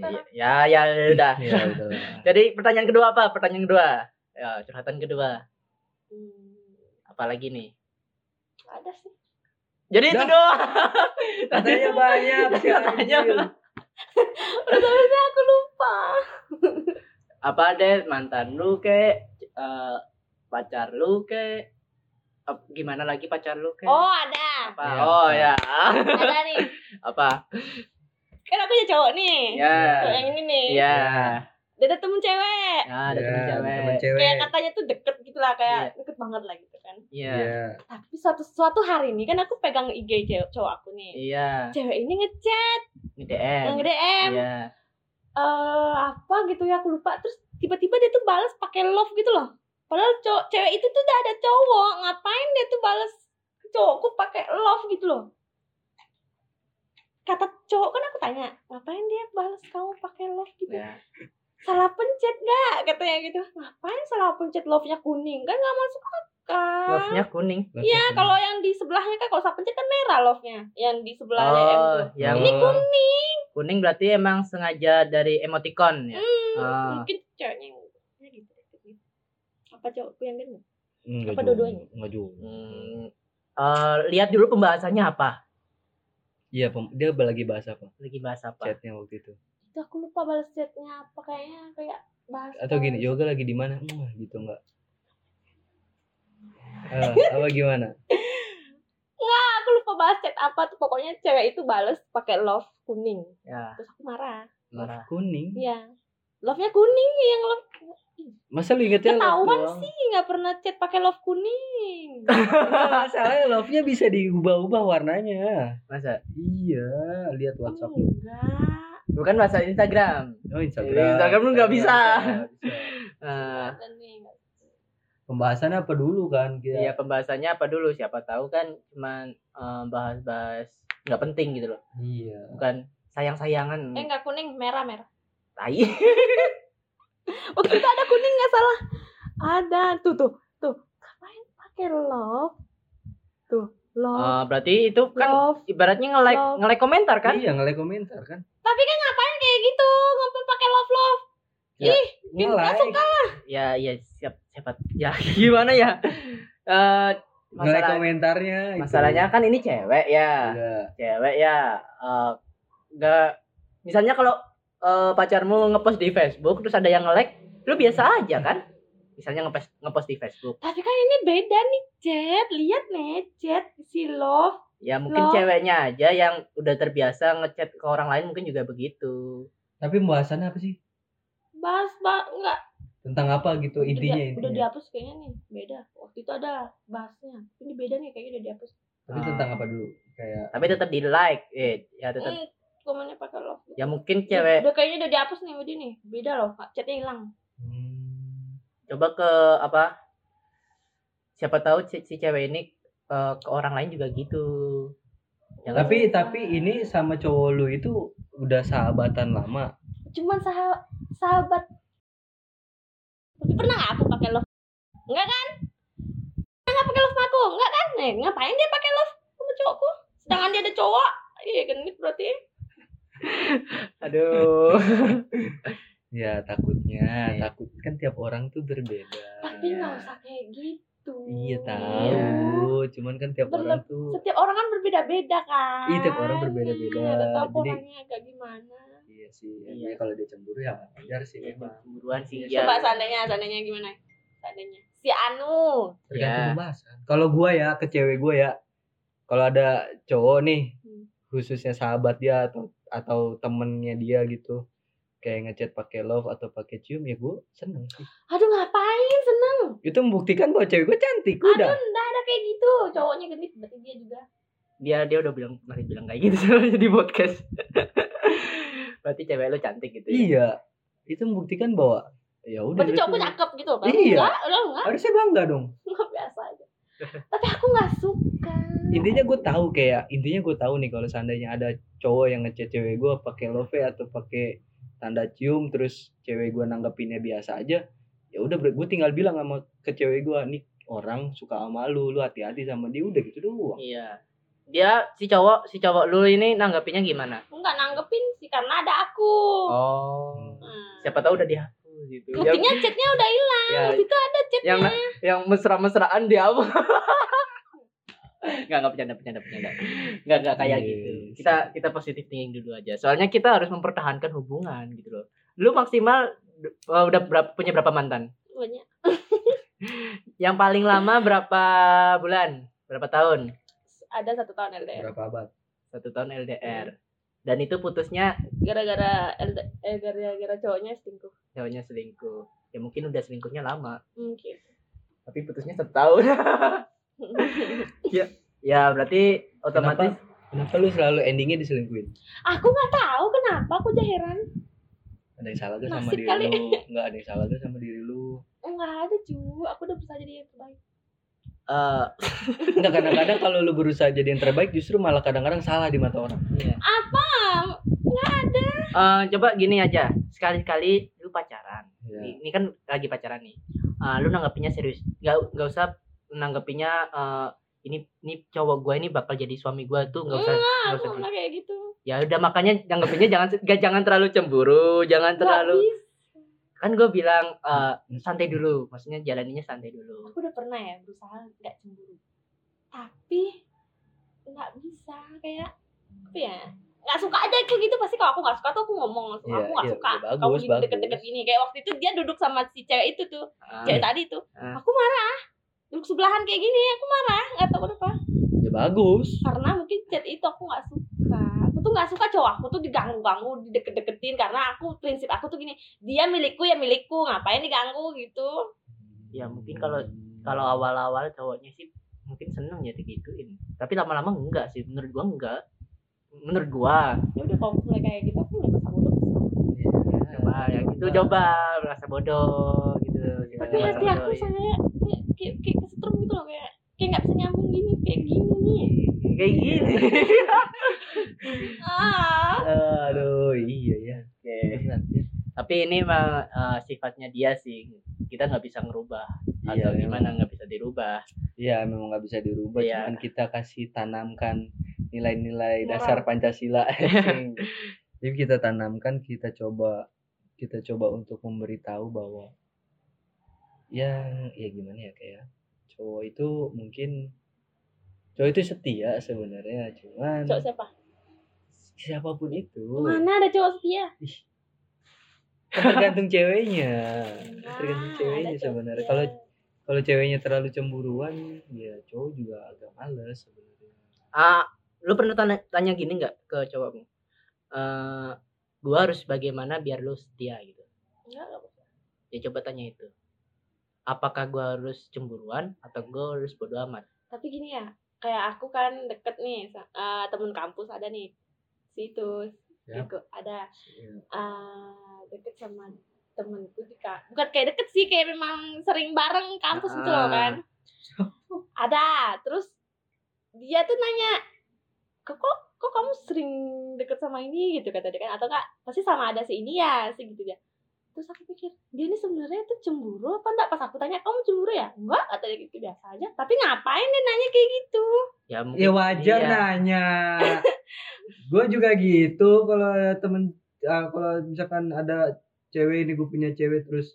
[SPEAKER 3] Ntar
[SPEAKER 2] ya ya udah
[SPEAKER 1] ya udah lah.
[SPEAKER 2] jadi pertanyaan kedua apa pertanyaan kedua ya curhatan kedua
[SPEAKER 3] Hmm,
[SPEAKER 2] apalagi nih
[SPEAKER 3] nggak ada sih
[SPEAKER 2] jadi itu
[SPEAKER 1] Dah.
[SPEAKER 2] doang
[SPEAKER 1] katanya banyak sih
[SPEAKER 2] Katanya
[SPEAKER 1] anjir.
[SPEAKER 3] tapi aku lupa
[SPEAKER 2] apa deh mantan lu kek eh, pacar lu kek Ap- gimana lagi pacar lu kek
[SPEAKER 3] oh ada
[SPEAKER 2] apa
[SPEAKER 1] Iya.
[SPEAKER 2] oh ya *laughs*
[SPEAKER 3] ada nih
[SPEAKER 2] apa
[SPEAKER 3] kan aku jadi cowok nih
[SPEAKER 2] ya
[SPEAKER 3] cowok yang ini nih
[SPEAKER 2] Iya.
[SPEAKER 3] dia ada temen cewek
[SPEAKER 2] Ya, ada
[SPEAKER 1] Ya,
[SPEAKER 2] temen
[SPEAKER 1] ada
[SPEAKER 2] cewek. kan?
[SPEAKER 1] temen
[SPEAKER 3] kayak
[SPEAKER 1] cewek
[SPEAKER 3] katanya tuh deket gitu lah kayak deket banget lah gitu kan
[SPEAKER 2] Iya.
[SPEAKER 1] Iya.
[SPEAKER 3] tapi suatu suatu hari ini kan aku pegang IG cewek cowok aku nih
[SPEAKER 2] Iya.
[SPEAKER 3] cewek ini ngechat
[SPEAKER 2] DM.
[SPEAKER 3] nge DM
[SPEAKER 2] Iya.
[SPEAKER 3] eh apa gitu ya aku lupa terus tiba-tiba dia tuh balas pakai love gitu loh padahal cowok cewek itu tuh udah ada cowok ngapain dia tuh balas ke cowokku pakai love gitu loh kata cowok kan aku tanya ngapain dia balas kamu pakai love gitu
[SPEAKER 2] Iya.
[SPEAKER 3] salah pencet gak katanya gitu ngapain salah pencet love nya kuning kan nggak masuk akal
[SPEAKER 2] Love-nya kuning.
[SPEAKER 3] Iya, kalau yang di sebelahnya kan kalau salah pencet kan merah love-nya. Yang di sebelah DM
[SPEAKER 2] Oh,
[SPEAKER 3] tuh.
[SPEAKER 2] yang
[SPEAKER 3] Ini kuning.
[SPEAKER 2] kuning berarti emang sengaja dari emoticon ya.
[SPEAKER 3] Hmm,
[SPEAKER 2] Ah.
[SPEAKER 3] Mungkin ceweknya yang ya gitu, gitu. Apa cowokku yang gini?
[SPEAKER 1] Enggak
[SPEAKER 3] Apa
[SPEAKER 1] juga,
[SPEAKER 3] dua-duanya?
[SPEAKER 1] enggak juga.
[SPEAKER 2] Hmm. Eh, lihat dulu pembahasannya apa.
[SPEAKER 1] Iya, pem- dia lagi bahas apa?
[SPEAKER 2] Lagi bahas apa?
[SPEAKER 1] Chatnya waktu itu.
[SPEAKER 3] Itu aku lupa balas chatnya apa kayaknya kayak bahas
[SPEAKER 1] Atau
[SPEAKER 2] Oh.
[SPEAKER 1] gini,
[SPEAKER 3] bahas-
[SPEAKER 1] yoga lagi di mana? Wah, gitu enggak? Eh,
[SPEAKER 2] *laughs*
[SPEAKER 1] apa gimana?
[SPEAKER 3] Nggak, aku lupa bahas chat apa tuh pokoknya cewek itu balas pakai love kuning.
[SPEAKER 2] Ya.
[SPEAKER 3] Terus aku marah.
[SPEAKER 1] Love
[SPEAKER 2] Marah.
[SPEAKER 1] kuning.
[SPEAKER 3] Iya. Love-nya kuning nih yang love
[SPEAKER 1] Masa lu ingetnya love
[SPEAKER 3] ketahuan
[SPEAKER 1] doang?
[SPEAKER 3] sih nggak pernah chat pakai love kuning.
[SPEAKER 1] *laughs* Masalahnya love-nya bisa diubah-ubah warnanya.
[SPEAKER 2] Masa?
[SPEAKER 1] Iya, lihat WhatsApp.
[SPEAKER 2] Hmm.
[SPEAKER 1] lu.
[SPEAKER 3] Enggak.
[SPEAKER 2] Bukan bahasa Instagram.
[SPEAKER 1] Oh,
[SPEAKER 2] Di
[SPEAKER 1] Instagram.
[SPEAKER 2] Iya, Instagram lu nggak bisa.
[SPEAKER 1] nggak bisa.
[SPEAKER 2] Eh,
[SPEAKER 3] Dan nih, nggak
[SPEAKER 1] Pembahasannya apa dulu kan?
[SPEAKER 2] Iya,
[SPEAKER 1] Kita
[SPEAKER 2] pembahasannya apa dulu? Siapa tahu kan cuman eh, bahas-bahas nggak penting gitu loh.
[SPEAKER 1] Iya.
[SPEAKER 2] Bukan sayang-sayangan.
[SPEAKER 3] Eh enggak kuning, merah merah.
[SPEAKER 2] Tai.
[SPEAKER 3] Waktu itu Oh, ada kuning nggak salah. Ada tuh tuh tuh. Ngapain pakai love? Tuh love.
[SPEAKER 2] Eh, berarti itu kan
[SPEAKER 3] love.
[SPEAKER 2] ibaratnya nge-like
[SPEAKER 3] Love.
[SPEAKER 2] nge-like komentar kan?
[SPEAKER 1] Iya, nge-like komentar kan.
[SPEAKER 3] Tapi kan ngapain kayak gitu? Ngapain pakai love love?
[SPEAKER 2] Ya,
[SPEAKER 3] Ih,
[SPEAKER 1] Nge-like.
[SPEAKER 2] Ya ya siap siapa ya *laughs* gimana ya? Eh
[SPEAKER 1] Nge-like
[SPEAKER 2] masalah,
[SPEAKER 1] komentarnya. itu.
[SPEAKER 2] masalahnya kan ini cewek ya.
[SPEAKER 1] Iya.
[SPEAKER 2] Cewek ya eh, nggak misalnya kalau eh, pacarmu ngepost di Facebook terus ada yang nge-like, lu biasa aja kan? Misalnya ngepost ngepost di Facebook.
[SPEAKER 3] Tapi kan ini beda nih chat. Lihat nih chat si love.
[SPEAKER 2] Ya mungkin
[SPEAKER 3] Love.
[SPEAKER 2] ceweknya aja yang udah terbiasa ngechat ke orang lain mungkin juga begitu.
[SPEAKER 1] Tapi pembahasannya apa sih?
[SPEAKER 3] Bahas bah enggak.
[SPEAKER 1] Tentang apa gitu
[SPEAKER 3] Udah
[SPEAKER 1] intinya
[SPEAKER 3] dia- Udah
[SPEAKER 1] intinya.
[SPEAKER 3] dihapus kayaknya nih. Beda. Waktu itu ada bahasnya. Ini beda nih kayaknya udah dihapus.
[SPEAKER 1] Tapi
[SPEAKER 2] Ah.
[SPEAKER 1] tentang apa dulu? Kayak
[SPEAKER 2] Tapi tetap di-like. Eh, ya tetap
[SPEAKER 3] Hmm, komennya pakai love.
[SPEAKER 2] ya mungkin cewek
[SPEAKER 3] Udah kayaknya udah dihapus nih udah nih. Beda loh, Kak. Chatnya hilang.
[SPEAKER 1] Hmm.
[SPEAKER 2] coba ke apa siapa tahu si, si cewek ini eh, ke orang lain juga gitu Jangan-
[SPEAKER 1] Ya, Tapi tapi ini sama cowok lu itu udah sahabatan lama.
[SPEAKER 3] Cuman sah sahabat. Tapi pernah nggak aku pakai love? Enggak kan? Pernah nggak pakai love sama aku? Enggak kan? Nih, ngapain dia pakai love sama cowokku? Sedangkan dia ada cowok. Iya, genit berarti.
[SPEAKER 2] aduh *laughs*
[SPEAKER 1] Ya takutnya,
[SPEAKER 2] Iya.
[SPEAKER 1] takut kan tiap orang tuh berbeda.
[SPEAKER 3] Tapi nggak usah kayak gitu.
[SPEAKER 1] Iya
[SPEAKER 2] Iya.
[SPEAKER 1] tahu, cuman kan tiap
[SPEAKER 3] Berleb-
[SPEAKER 1] orang tuh
[SPEAKER 3] Setiap orang kan berbeda-beda kan.
[SPEAKER 1] Iya, tiap orang berbeda-beda.
[SPEAKER 3] Iya, tetap
[SPEAKER 1] Jadi-
[SPEAKER 3] orangnya agak gimana.
[SPEAKER 1] Iya sih,
[SPEAKER 2] Iya.
[SPEAKER 1] ya, kalau dia cemburu ya wajar sih memang.
[SPEAKER 2] buruan sih
[SPEAKER 1] Iya.
[SPEAKER 2] ya
[SPEAKER 3] Coba seandainya, seandainya gimana? Seandainya. Si Anu.
[SPEAKER 1] Tergantung
[SPEAKER 2] Iya.
[SPEAKER 1] pembahasan. Kalau gua ya ke cewek gua ya, kalau ada cowok nih
[SPEAKER 3] Hmm.
[SPEAKER 1] khususnya sahabat dia atau atau temennya dia gitu kayak ngechat pakai love atau pakai cium ya gua seneng sih.
[SPEAKER 3] Aduh ngapain seneng.
[SPEAKER 1] Itu membuktikan bahwa cewek gua cantik
[SPEAKER 3] Aduh
[SPEAKER 1] udah.
[SPEAKER 3] nggak ada kayak gitu. Cowoknya genit berarti dia juga.
[SPEAKER 2] dia dia udah bilang masih bilang kayak gitu soalnya di podcast *laughs* berarti cewek lu cantik gitu ya
[SPEAKER 1] Iya. Itu membuktikan bahwa ya udah.
[SPEAKER 3] Berarti
[SPEAKER 1] berarti
[SPEAKER 3] cowokku cakep gitu kan.
[SPEAKER 1] Iya.
[SPEAKER 3] Enggak, lo enggak.
[SPEAKER 1] Harusnya bangga dong.
[SPEAKER 3] Enggak biasa aja. Tapi aku nggak suka.
[SPEAKER 1] Intinya gue tahu kayak intinya gue tahu nih kalau seandainya ada cowok yang ngechat cewek gue pakai love atau pakai tanda cium terus cewek gue nanggepinnya biasa aja ya udah gue tinggal bilang sama ke cewek gue nih orang suka sama lu lu hati-hati sama dia udah gitu doang
[SPEAKER 2] iya dia si cowok si cowok lu ini nanggapinya gimana
[SPEAKER 3] Enggak nanggepin sih karena ada aku.
[SPEAKER 2] oh
[SPEAKER 3] Hmm.
[SPEAKER 2] siapa tahu udah dihapus gitu yang,
[SPEAKER 3] Buktinya chatnya udah hilang.
[SPEAKER 2] ya,
[SPEAKER 3] Di situ ada chatnya.
[SPEAKER 2] yang yang mesra-mesraan dia apa nggak nggak bercanda bercanda bercanda nggak nggak kayak
[SPEAKER 1] Yes.
[SPEAKER 2] gitu kita kita positif thinking dulu aja soalnya kita harus mempertahankan hubungan gitu loh lu maksimal d- uh, udah berapa, punya berapa mantan
[SPEAKER 3] Banyak.
[SPEAKER 2] yang paling lama berapa bulan berapa tahun
[SPEAKER 3] Ada satu tahun LDR.
[SPEAKER 1] berapa abad
[SPEAKER 2] satu tahun LDR dan itu putusnya
[SPEAKER 3] Gara-gara LDR, eh, gara-gara cowoknya selingkuh.
[SPEAKER 2] cowoknya selingkuh ya mungkin udah selingkuhnya lama
[SPEAKER 3] Mungkin.
[SPEAKER 2] tapi putusnya satu tahun ya berarti otomatis
[SPEAKER 1] kenapa, kenapa lu selalu endingnya diselingkuhin
[SPEAKER 3] aku nggak tahu kenapa aku aja heran.
[SPEAKER 1] ada yang salah gak sama
[SPEAKER 3] Nasib
[SPEAKER 1] diri
[SPEAKER 3] kali.
[SPEAKER 1] lu nggak ada yang salah gak sama diri lu
[SPEAKER 3] Enggak ada cu, aku udah berusaha jadi yang terbaik.
[SPEAKER 2] eh,
[SPEAKER 1] nggak kadang-kadang kalau lu berusaha jadi yang terbaik justru malah kadang-kadang salah di mata orang
[SPEAKER 2] iya.
[SPEAKER 3] Pam,
[SPEAKER 2] Eh, coba gini aja sekali-kali lu pacaran
[SPEAKER 1] Iya.
[SPEAKER 2] ini ini kan lagi pacaran nih Eh, lu nanggapinya serius nggak nggak usah nanggapinya eh, ini ini cowok gue ini bakal jadi suami gue tuh nggak usah nggak
[SPEAKER 3] aku
[SPEAKER 2] usah
[SPEAKER 3] nggak kayak gitu.
[SPEAKER 2] ya udah makanya nanggapinya jangan nggak- jangan terlalu cemburu jangan
[SPEAKER 3] Nggak
[SPEAKER 2] terlalu
[SPEAKER 3] bisa.
[SPEAKER 2] kan gue bilang eh, santai dulu maksudnya jalaninnya santai dulu
[SPEAKER 3] Aku udah pernah ya berusaha nggak cemburu. Tapi nggak bisa kayak apa ya? Nggak suka aja aku gitu pasti kalau aku nggak suka tuh aku ngomong langsung
[SPEAKER 1] Iya,
[SPEAKER 3] aku nggak
[SPEAKER 1] iya,
[SPEAKER 3] suka.
[SPEAKER 1] iya, bagus,
[SPEAKER 3] kamu gini
[SPEAKER 1] bagus.
[SPEAKER 3] deket-deket gini kayak waktu itu dia duduk sama si cewek itu tuh,
[SPEAKER 2] Ah,
[SPEAKER 3] cewek tadi tuh.
[SPEAKER 2] Ah.
[SPEAKER 3] Aku marah. Duduk sebelahan kayak gini aku marah nggak tahu kenapa.
[SPEAKER 1] ya bagus
[SPEAKER 3] karena mungkin chat itu aku nggak suka aku tuh nggak suka cowok aku tuh diganggu-ganggu dideket-deketin karena aku prinsip aku tuh gini dia milikku ya milikku ngapain diganggu gitu
[SPEAKER 2] ya mungkin kalau kalau awal-awal cowoknya sih mungkin seneng ya digituin tapi lama-lama enggak sih menurut gua enggak menurut gua
[SPEAKER 3] ya udah kalau mulai kayak gitu aku
[SPEAKER 1] Iya.
[SPEAKER 3] mulai merasa bodoh
[SPEAKER 2] coba ya gitu coba merasa bodoh gitu
[SPEAKER 3] tapi
[SPEAKER 1] Iya,
[SPEAKER 3] hati aku
[SPEAKER 2] Bodoh,
[SPEAKER 3] saya kayak kayak, kayak kesetrum gitu loh kayak kayak nggak bisa nyambung gini kayak gini nih
[SPEAKER 2] ya. kayak gini
[SPEAKER 3] *laughs* ah
[SPEAKER 1] aduh iya ya
[SPEAKER 2] Oke.
[SPEAKER 1] Berat ya.
[SPEAKER 2] tapi ini mah eh, sifatnya dia sih kita nggak bisa ngerubah
[SPEAKER 1] Iya,
[SPEAKER 2] atau
[SPEAKER 1] memang.
[SPEAKER 2] gimana nggak bisa dirubah
[SPEAKER 1] Iya, memang nggak bisa dirubah.
[SPEAKER 2] Iya.
[SPEAKER 1] Cuman kita kasih tanamkan nilai-nilai
[SPEAKER 3] Moral.
[SPEAKER 1] dasar
[SPEAKER 2] *laughs*
[SPEAKER 1] Pancasila. Asing. Jadi kita tanamkan, kita coba, kita coba untuk memberitahu bahwa yang ya gimana ya kayak cowok itu mungkin cowok itu setia sebenarnya, cuman
[SPEAKER 3] cowok siapa
[SPEAKER 1] siapapun itu
[SPEAKER 3] mana ada cowok setia
[SPEAKER 1] tergantung ceweknya, tergantung
[SPEAKER 3] Nah, ada
[SPEAKER 1] kan ceweknya
[SPEAKER 3] cowok
[SPEAKER 1] sebenarnya.
[SPEAKER 3] setia.
[SPEAKER 1] Kalau kalau ceweknya terlalu cemburuan, ya cowok juga agak males sebenarnya.
[SPEAKER 2] ah lu pernah tanya, tanya gini nggak ke cowokmu Eh gua harus bagaimana biar lu setia gitu
[SPEAKER 3] Enggak, enggak apa-apa.
[SPEAKER 2] ya coba tanya itu apakah gue harus cemburuan atau gue harus bodo amat
[SPEAKER 3] tapi gini ya kayak aku kan deket nih sa- eh, temen kampus ada nih situ
[SPEAKER 1] Ya.
[SPEAKER 3] Gitu. ada
[SPEAKER 2] Iya.
[SPEAKER 3] eh, deket sama temenku di ka- bukan kayak deket sih kayak memang sering bareng kampus gitu
[SPEAKER 1] Ah.
[SPEAKER 3] loh kan ada terus dia tuh nanya kok kok, kok kamu sering deket sama ini gitu kata dia kan atau kak pasti sama ada si ini ya si gitu dia terus aku pikir dia ini sebenarnya tuh cemburu apa enggak pas aku tanya kamu cemburu ya enggak kata dia gitu biasa aja tapi ngapain dia nanya kayak gitu
[SPEAKER 2] ya mungkin
[SPEAKER 1] Ya wajar
[SPEAKER 2] iya. *laughs*
[SPEAKER 1] nanya. gue juga gitu kalau temen ah, kalau misalkan ada cewek ini gue punya cewek terus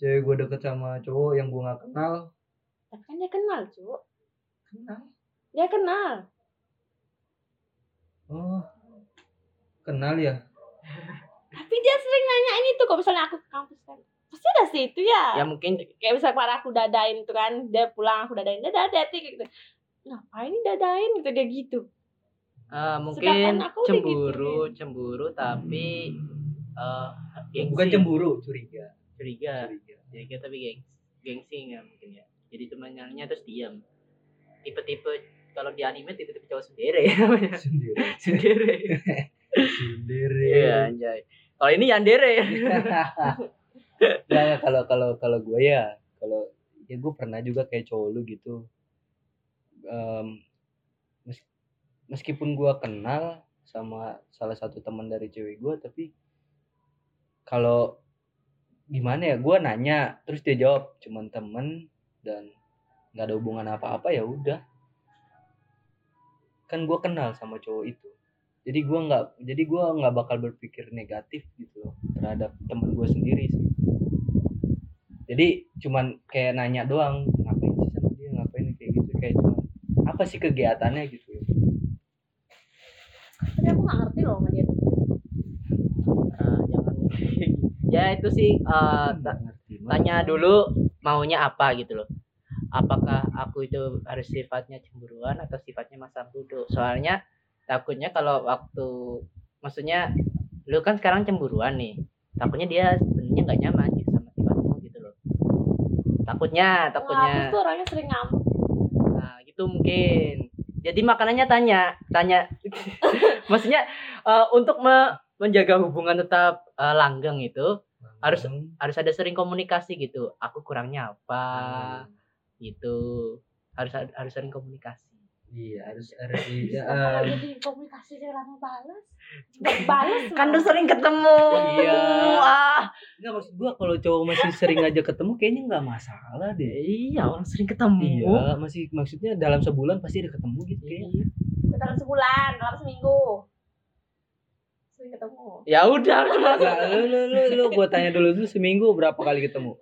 [SPEAKER 1] cewek gue deket sama cowok yang gue nggak kenal.
[SPEAKER 3] tapi kan dia kenal cu
[SPEAKER 1] Kenal?
[SPEAKER 3] dia kenal
[SPEAKER 1] Oh, kenal ya?
[SPEAKER 3] tapi dia sering nanyain itu kalau misalnya aku ke kampus kan pasti ada sih itu ya
[SPEAKER 2] ya mungkin
[SPEAKER 3] kayak bisa parah aku dadain tuh kan dia pulang aku dadain dadah hati-hati kayak gitu ngapain nih dadain gitu dia gitu
[SPEAKER 2] eh,
[SPEAKER 3] Sedangkan
[SPEAKER 2] mungkin
[SPEAKER 3] aku udah gitu,
[SPEAKER 2] cemburu cemburu tapi eh gengsi
[SPEAKER 1] Bukan cemburu,
[SPEAKER 2] *laughs*
[SPEAKER 1] curiga.
[SPEAKER 2] curiga
[SPEAKER 1] Curiga.
[SPEAKER 2] curiga tapi gengs gengsi nggak mungkin ya jadi teman nyalanya terus diam tipe-tipe kalau di anime tipe-tipe cowok sendiri *laughs* ya namanya.
[SPEAKER 1] Sendiri.
[SPEAKER 2] sendiri
[SPEAKER 1] Sendiri.
[SPEAKER 2] iya Nah, anjay kalau ini yandere
[SPEAKER 1] *laughs* ya kalau kalau kalau gue ya kalau ya gue pernah juga kayak cowok lu gitu Em, mes- meskipun gue kenal sama salah satu teman dari cewek gue tapi kalau gimana ya gue nanya terus dia jawab cuman temen dan nggak ada hubungan apa-apa ya udah kan gue kenal sama cowok itu jadi gue nggak jadi gua nggak bakal berpikir negatif gitu loh terhadap temen gue sendiri sih jadi cuman kayak nanya doang ngapain sih sama dia ngapain kayak gitu kayak cuman apa sih kegiatannya gitu ya
[SPEAKER 3] tapi aku gak ngerti loh sama dia
[SPEAKER 2] Nah, jangan ya itu sih eh, ta-
[SPEAKER 1] ngerti banget.
[SPEAKER 2] tanya dulu maunya apa gitu loh apakah aku itu harus sifatnya cemburuan atau sifatnya masa bodoh soalnya takutnya kalau waktu maksudnya lu kan sekarang cemburuan nih takutnya dia sebenarnya nggak nyaman gitu sama sifatmu gitu loh takutnya takutnya
[SPEAKER 3] Ngapus tuh orangnya sering ngamuk
[SPEAKER 2] Nah, gitu mungkin. Jadi makanannya tanya, tanya. *laughs* Maksudnya eh, untuk me- menjaga hubungan tetap eh, langgeng itu harus-
[SPEAKER 1] Hmm.
[SPEAKER 2] harus ada sering komunikasi gitu. Aku kurangnya apa
[SPEAKER 1] Hmm.
[SPEAKER 2] gitu. Harus harus sering komunikasi.
[SPEAKER 1] iya harus harus di- ya,
[SPEAKER 3] Kalau
[SPEAKER 1] em,
[SPEAKER 3] jadi komunikasi dia lama balas Cepet balas
[SPEAKER 2] Kan
[SPEAKER 3] malah.
[SPEAKER 2] lu sering ketemu.
[SPEAKER 1] Iya.
[SPEAKER 2] Ah,
[SPEAKER 1] nggak maksud gua kalau cowok masih sering aja ketemu kayaknya nggak masalah deh
[SPEAKER 2] iya, orang sering ketemu.
[SPEAKER 1] iya masih maksudnya dalam sebulan pasti ada ketemu gitu kayaknya
[SPEAKER 2] Iya.
[SPEAKER 3] dalam sebulan dalam seminggu sering ketemu
[SPEAKER 2] Ya udah, cuma
[SPEAKER 1] Nggak, lu lu lu, lu gua tanya dulu dulu seminggu berapa kali ketemu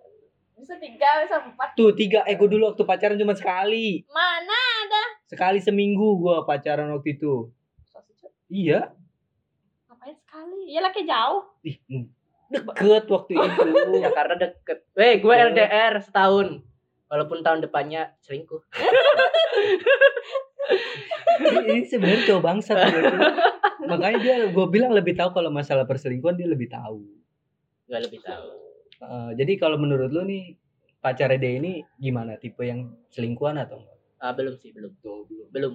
[SPEAKER 3] bisa tiga bisa empat
[SPEAKER 1] tuh tiga eh gua dulu waktu pacaran cuma sekali
[SPEAKER 3] mana ada
[SPEAKER 1] sekali seminggu gua pacaran waktu itu iya
[SPEAKER 3] ngapain sekali iyalah kayak jauh
[SPEAKER 1] Ih, hmm. deket waktu itu.
[SPEAKER 2] ya karena deket. Weh, gue LDR setahun. Walaupun tahun depannya selingkuh.
[SPEAKER 1] *laughs* Ini sebenarnya cowok bangsat. dia. *laughs* Makanya dia, gue bilang lebih tahu kalau masalah perselingkuhan dia lebih tahu.
[SPEAKER 2] Gue lebih tahu.
[SPEAKER 1] Eh, jadi kalau menurut lu nih pacarnya dia ini gimana tipe yang selingkuhan atau enggak?
[SPEAKER 2] Ah, belum sih, belum.
[SPEAKER 1] Tuh, belum.
[SPEAKER 2] belum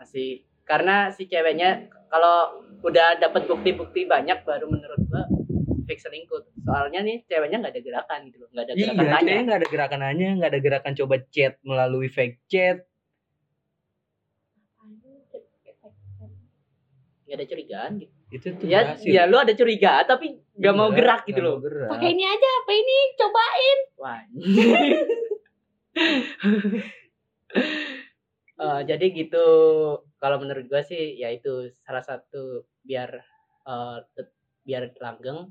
[SPEAKER 2] masih karena si ceweknya kalau udah dapat bukti-bukti banyak baru menurut gua fix selingkuh soalnya nih ceweknya nggak ada gerakan gitu loh nggak ada
[SPEAKER 1] Iya,
[SPEAKER 2] gerakan tanya
[SPEAKER 1] kayaknya nggak ada gerakanannya, nggak ada gerakan coba chat melalui fake chat. Iya.
[SPEAKER 2] nggak ada curigaan gitu
[SPEAKER 1] Itu tuh
[SPEAKER 2] ya
[SPEAKER 1] berhasil.
[SPEAKER 2] ya lu ada curiga tapi nggak mau
[SPEAKER 1] Iya,
[SPEAKER 2] gerak gitu
[SPEAKER 1] nggak
[SPEAKER 2] loh
[SPEAKER 1] mau gerak.
[SPEAKER 3] pakai ini aja apa ini coba
[SPEAKER 2] wah Eh, jadi gitu kalau menurut gua sih ya itu salah satu biar eh, tet- biar langgeng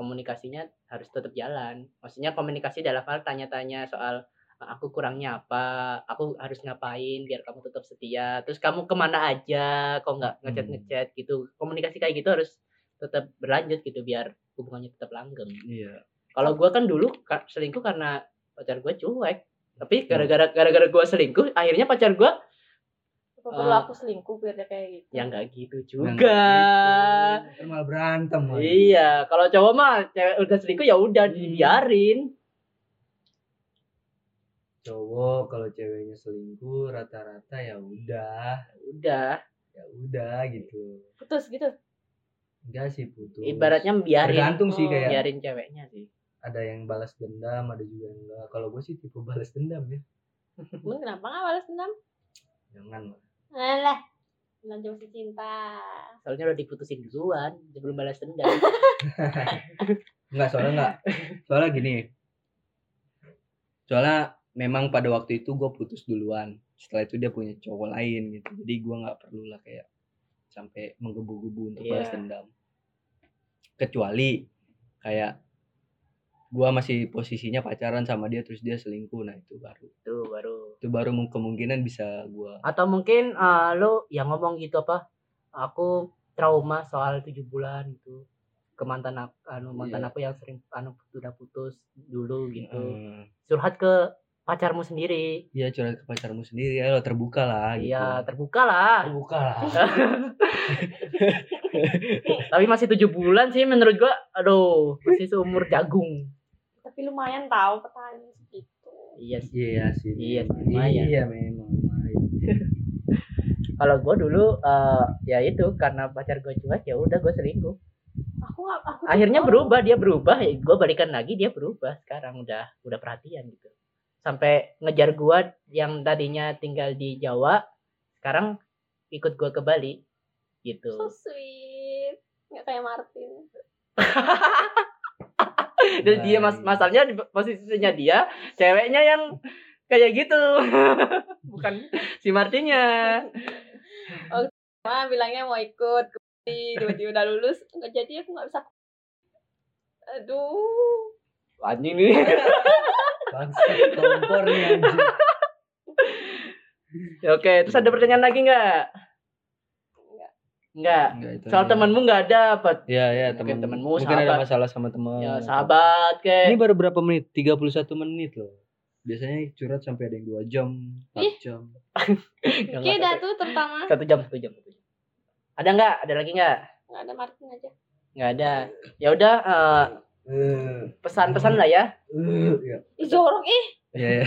[SPEAKER 2] komunikasinya harus tetap jalan maksudnya komunikasi dalam hal tanya-tanya soal eh, aku kurangnya apa aku harus ngapain biar kamu tetap setia terus kamu kemana aja kok nggak ngechat
[SPEAKER 1] Hmm.
[SPEAKER 2] ngechat gitu komunikasi kayak gitu harus tetap berlanjut gitu biar hubungannya tetap langgeng
[SPEAKER 1] Iya.
[SPEAKER 2] kalau gua kan dulu ka- selingkuh karena pacar gua cuek tapi
[SPEAKER 1] Hmm.
[SPEAKER 2] gara-gara gara-gara gua selingkuh akhirnya pacar gua
[SPEAKER 3] Apa perlu
[SPEAKER 2] Eh,
[SPEAKER 3] aku selingkuh biar dia kayak gitu?
[SPEAKER 2] ya nggak gitu
[SPEAKER 1] Nah,
[SPEAKER 2] juga
[SPEAKER 1] gitu. Ntar Malah berantem. lagi.
[SPEAKER 2] iya kalau cowok mah cewek udah selingkuh ya udah
[SPEAKER 1] Hmm.
[SPEAKER 2] dibiarin
[SPEAKER 1] Cowok kalau ceweknya selingkuh rata-rata ya udah,
[SPEAKER 2] udah
[SPEAKER 1] ya udah gitu.
[SPEAKER 3] Putus gitu.
[SPEAKER 1] Enggak sih putus.
[SPEAKER 2] Ibaratnya biarin
[SPEAKER 1] tergantung sih
[SPEAKER 3] Oh,
[SPEAKER 1] kayak
[SPEAKER 2] biarin ceweknya sih.
[SPEAKER 1] ada yang balas dendam, ada juga yang enggak. Kalau gue sih tipe balas dendam ya.
[SPEAKER 3] Emang kenapa nggak balas dendam?
[SPEAKER 1] Jangan lah.
[SPEAKER 3] Alah, dendam jauh cinta.
[SPEAKER 2] Soalnya udah diputusin duluan sebelum balas dendam.
[SPEAKER 1] *laughs* Enggak, soalnya
[SPEAKER 2] *laughs*
[SPEAKER 1] enggak. Soalnya gini. Soalnya memang pada waktu itu gue putus duluan. Setelah itu dia punya cowok lain gitu. Jadi gue nggak perlu lah kayak sampai menggebu-gebu untuk balas
[SPEAKER 3] Iya.
[SPEAKER 1] dendam. Kecuali kayak gue masih posisinya pacaran sama dia terus dia selingkuh nah itu baru
[SPEAKER 2] Tuh baru.
[SPEAKER 1] itu baru mung- kemungkinan bisa gue
[SPEAKER 2] Atau mungkin eh, lo yang ngomong gitu apa? Aku trauma soal tujuh bulan itu ke mantan aku, anu, mantan
[SPEAKER 1] Iya.
[SPEAKER 2] aku yang sering anu udah putus dulu gitu. Curhat ke pacarmu sendiri.
[SPEAKER 1] Iya curhat ke pacarmu sendiri, ayo terbuka lah gitu.
[SPEAKER 2] Iya, terbuka lah.
[SPEAKER 1] terbuka lah.
[SPEAKER 2] Tapi masih tujuh bulan sih menurut gua. Aduh, masih seumur jagung.
[SPEAKER 3] Tapi lumayan tahu pertanyaan segitu.
[SPEAKER 2] Iya
[SPEAKER 1] *laughs*
[SPEAKER 2] sih.
[SPEAKER 1] Iya sih.
[SPEAKER 2] Iya sih,
[SPEAKER 1] memang.
[SPEAKER 2] lumayan.
[SPEAKER 1] Iya memang. lumayan.
[SPEAKER 2] Kalau gua dulu eh, ya itu karena pacar gua cuek ya udah gua selingkuh.
[SPEAKER 3] Aku nggak. Aku tuh
[SPEAKER 2] Akhirnya
[SPEAKER 3] tahu.
[SPEAKER 2] berubah, dia berubah, ya gua balikan lagi dia berubah. Sekarang udah udah perhatian gitu. Sampai ngejar gua yang tadinya tinggal di Jawa, sekarang ikut gua ke Bali
[SPEAKER 3] So
[SPEAKER 2] gitu.
[SPEAKER 3] sweet. Nggak kayak Martin.
[SPEAKER 2] Dan *laughs* dia mas masalahnya di posisinya dia, ceweknya yang kayak gitu. *laughs* Bukan si
[SPEAKER 3] *laughs*
[SPEAKER 2] Martinya.
[SPEAKER 3] Mama bilangnya mau ikut ke Bali, tiba-tiba udah lulus nggak jadi aku nggak bisa. Aduh.
[SPEAKER 2] Anjing nih.
[SPEAKER 1] Bangsa kompor nih anjing.
[SPEAKER 2] *laughs* Oke, terus ada pertanyaan lagi nggak?
[SPEAKER 3] Nggak.
[SPEAKER 2] Nggak.
[SPEAKER 1] Enggak, itu
[SPEAKER 2] Soal
[SPEAKER 1] aja.
[SPEAKER 2] temanmu nggak ada apa?
[SPEAKER 1] Iya, iya,
[SPEAKER 2] Mungkin
[SPEAKER 1] teman.
[SPEAKER 2] temanmu,
[SPEAKER 1] Mungkin ada
[SPEAKER 2] sahabat.
[SPEAKER 1] masalah sama teman.
[SPEAKER 2] Ya sahabat
[SPEAKER 1] Ini
[SPEAKER 2] kayak
[SPEAKER 1] baru berapa menit? 31 menit loh. Biasanya curhat sampai ada yang 2 jam, 4 jam.
[SPEAKER 2] Nggak,
[SPEAKER 3] Oke dah
[SPEAKER 2] satu-
[SPEAKER 3] tuh terutama
[SPEAKER 2] Satu jam, satu jam, satu jam. Ada nggak? Ada lagi nggak?
[SPEAKER 3] nggak ada Martin aja.
[SPEAKER 2] Nggak ada. Ya udah eh, pesan-pesan lah ya.
[SPEAKER 1] Iya.
[SPEAKER 3] Ih, jorok ih.
[SPEAKER 1] Iya, *laughs* iya.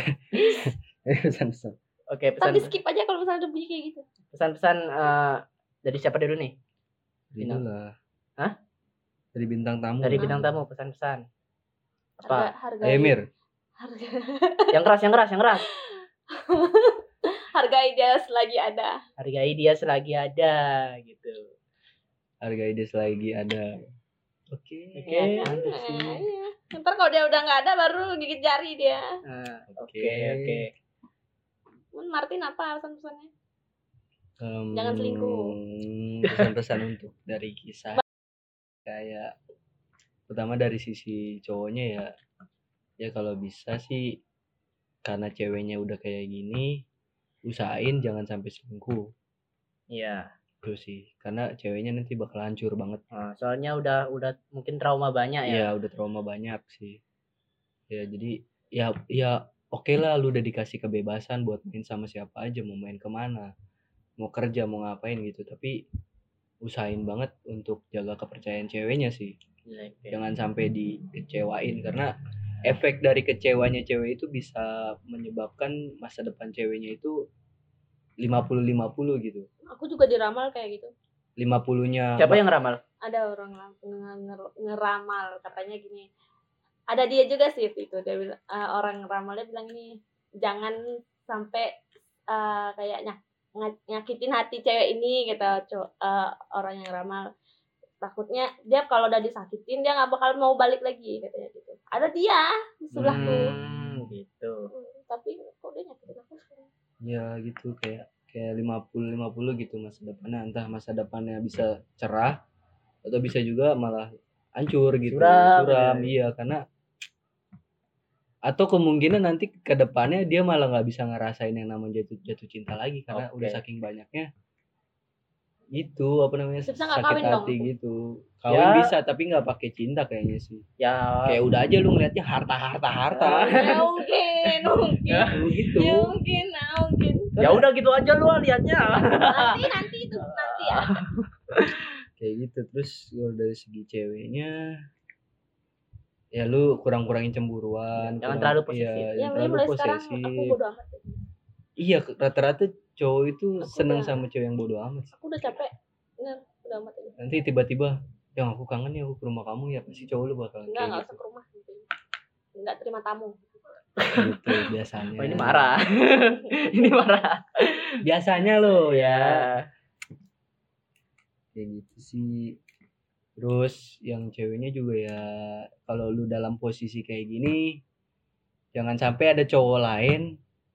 [SPEAKER 1] Eh, pesan-pesan.
[SPEAKER 2] Oke,
[SPEAKER 3] Tapi
[SPEAKER 2] pesan
[SPEAKER 3] skip aja kalau misalnya ada bunyi kayak gitu.
[SPEAKER 2] pesan-pesan eh, dari siapa dulu nih?
[SPEAKER 1] Gitu
[SPEAKER 2] Bintang.
[SPEAKER 1] lah.
[SPEAKER 2] Hah?
[SPEAKER 1] Dari bintang tamu. Eh,
[SPEAKER 2] Dari bintang tamu pesan-pesan.
[SPEAKER 3] Harga,
[SPEAKER 2] Apa?
[SPEAKER 3] hargai,
[SPEAKER 1] Emir.
[SPEAKER 3] harga,
[SPEAKER 2] Yang keras, yang keras, yang keras.
[SPEAKER 3] hargai dia selagi ada.
[SPEAKER 2] Hargai dia selagi ada gitu.
[SPEAKER 1] Harga ide lagi ada. Oke.
[SPEAKER 2] Oke.
[SPEAKER 3] Ya kan?
[SPEAKER 2] mantap sih.
[SPEAKER 3] Nah, iya. Ntar kalau dia udah nggak ada baru gigit jari dia.
[SPEAKER 2] Nah, Oke,
[SPEAKER 1] Oke.
[SPEAKER 2] oke.
[SPEAKER 3] Mun, Martin apa alasan pesannya?
[SPEAKER 1] Em,
[SPEAKER 3] Jangan selingkuh.
[SPEAKER 1] *laughs* Pesan-pesan untuk dari kisah kayak pertama dari sisi cowoknya ya ya kalau bisa sih karena ceweknya udah kayak gini usahain jangan sampai selingkuh
[SPEAKER 2] Iya.
[SPEAKER 1] itu sih karena ceweknya nanti bakal hancur banget
[SPEAKER 2] Nah, soalnya udah udah mungkin trauma banyak ya.
[SPEAKER 1] ya udah trauma banyak sih ya jadi ya ya oke lah lu udah dikasih kebebasan buat main sama siapa aja mau main kemana mau kerja mau ngapain gitu tapi usahain banget untuk jaga kepercayaan ceweknya sih
[SPEAKER 2] Iya, oke.
[SPEAKER 1] jangan sampai dikecewain karena efek dari kecewanya cewek itu bisa menyebabkan masa depan ceweknya itu 50-50 gitu
[SPEAKER 3] Aku juga diramal kayak gitu.
[SPEAKER 1] 50-nya
[SPEAKER 2] Siapa yang ramal?
[SPEAKER 3] ada orang lam- nge- nge- ngeramal katanya gini ada dia juga sih itu itu. dia bilang eh, orang ramalnya bilang ini jangan sampai eh, kayak nyak- nga- nyakitin hati cewek ini gitu cow- eh, orang yang ramal takutnya dia kalau udah disakitin dia nggak bakal mau balik lagi katanya gitu ada dia di sebelahku
[SPEAKER 2] Hmm, gitu.
[SPEAKER 3] Mm, tapi kok dia nyakitin aku sih?
[SPEAKER 1] ya gitu kayak kayak 50 50 gitu masa depannya entah masa depannya bisa cerah atau bisa juga malah hancur gitu
[SPEAKER 2] Suram, ya.
[SPEAKER 1] iya karena atau kemungkinan nanti ke depannya dia malah nggak bisa ngerasain yang namanya jatuh jatuh cinta lagi karena
[SPEAKER 2] Oke.
[SPEAKER 1] udah saking banyaknya itu apa namanya
[SPEAKER 3] Bisa nggak
[SPEAKER 1] sakit
[SPEAKER 3] kawin dong?
[SPEAKER 1] hati gitu kawin
[SPEAKER 2] Ya.
[SPEAKER 1] bisa tapi nggak pakai cinta kayaknya sih
[SPEAKER 2] Ya.
[SPEAKER 1] kayak udah aja lu ngeliatnya harta harta harta
[SPEAKER 3] Ya mungkin mungkin
[SPEAKER 1] gitu
[SPEAKER 3] ya mungkin nah, mungkin
[SPEAKER 2] Ya udah gitu aja lu liatnya.
[SPEAKER 3] nanti nanti itu nanti
[SPEAKER 2] Ah,
[SPEAKER 3] ya
[SPEAKER 1] kayak gitu terus kalau dari segi ceweknya ya lu kurang-kurangin cemburuan
[SPEAKER 2] Jangan
[SPEAKER 1] kurang-
[SPEAKER 2] terlalu posesif.
[SPEAKER 1] iya,
[SPEAKER 2] Ya,
[SPEAKER 1] jangan
[SPEAKER 3] ya mulai
[SPEAKER 1] terlalu
[SPEAKER 3] mulai sekarang
[SPEAKER 1] posesif
[SPEAKER 3] aku bodo amat deh.
[SPEAKER 1] iya ke- rata-rata cowok itu
[SPEAKER 3] Aku
[SPEAKER 1] seneng
[SPEAKER 3] udah-
[SPEAKER 1] sama cewek yang bodoh amat
[SPEAKER 3] aku udah capek bener bodo amat aja
[SPEAKER 1] nanti tiba-tiba yang aku kangen ya aku ke rumah kamu ya pasti cowok lu bakal
[SPEAKER 3] enggak enggak
[SPEAKER 2] gitu.
[SPEAKER 1] kayak
[SPEAKER 3] usah ke rumah enggak terima
[SPEAKER 2] *laughs*
[SPEAKER 3] tamu
[SPEAKER 1] gitu, gitu biasanya
[SPEAKER 2] Oh, ini marah. *laughs* ini marah.
[SPEAKER 1] biasanya lo ya
[SPEAKER 2] Ya.
[SPEAKER 1] kayak gitu sih terus yang ceweknya juga ya kalau lu dalam posisi kayak gini jangan sampai ada cowok lain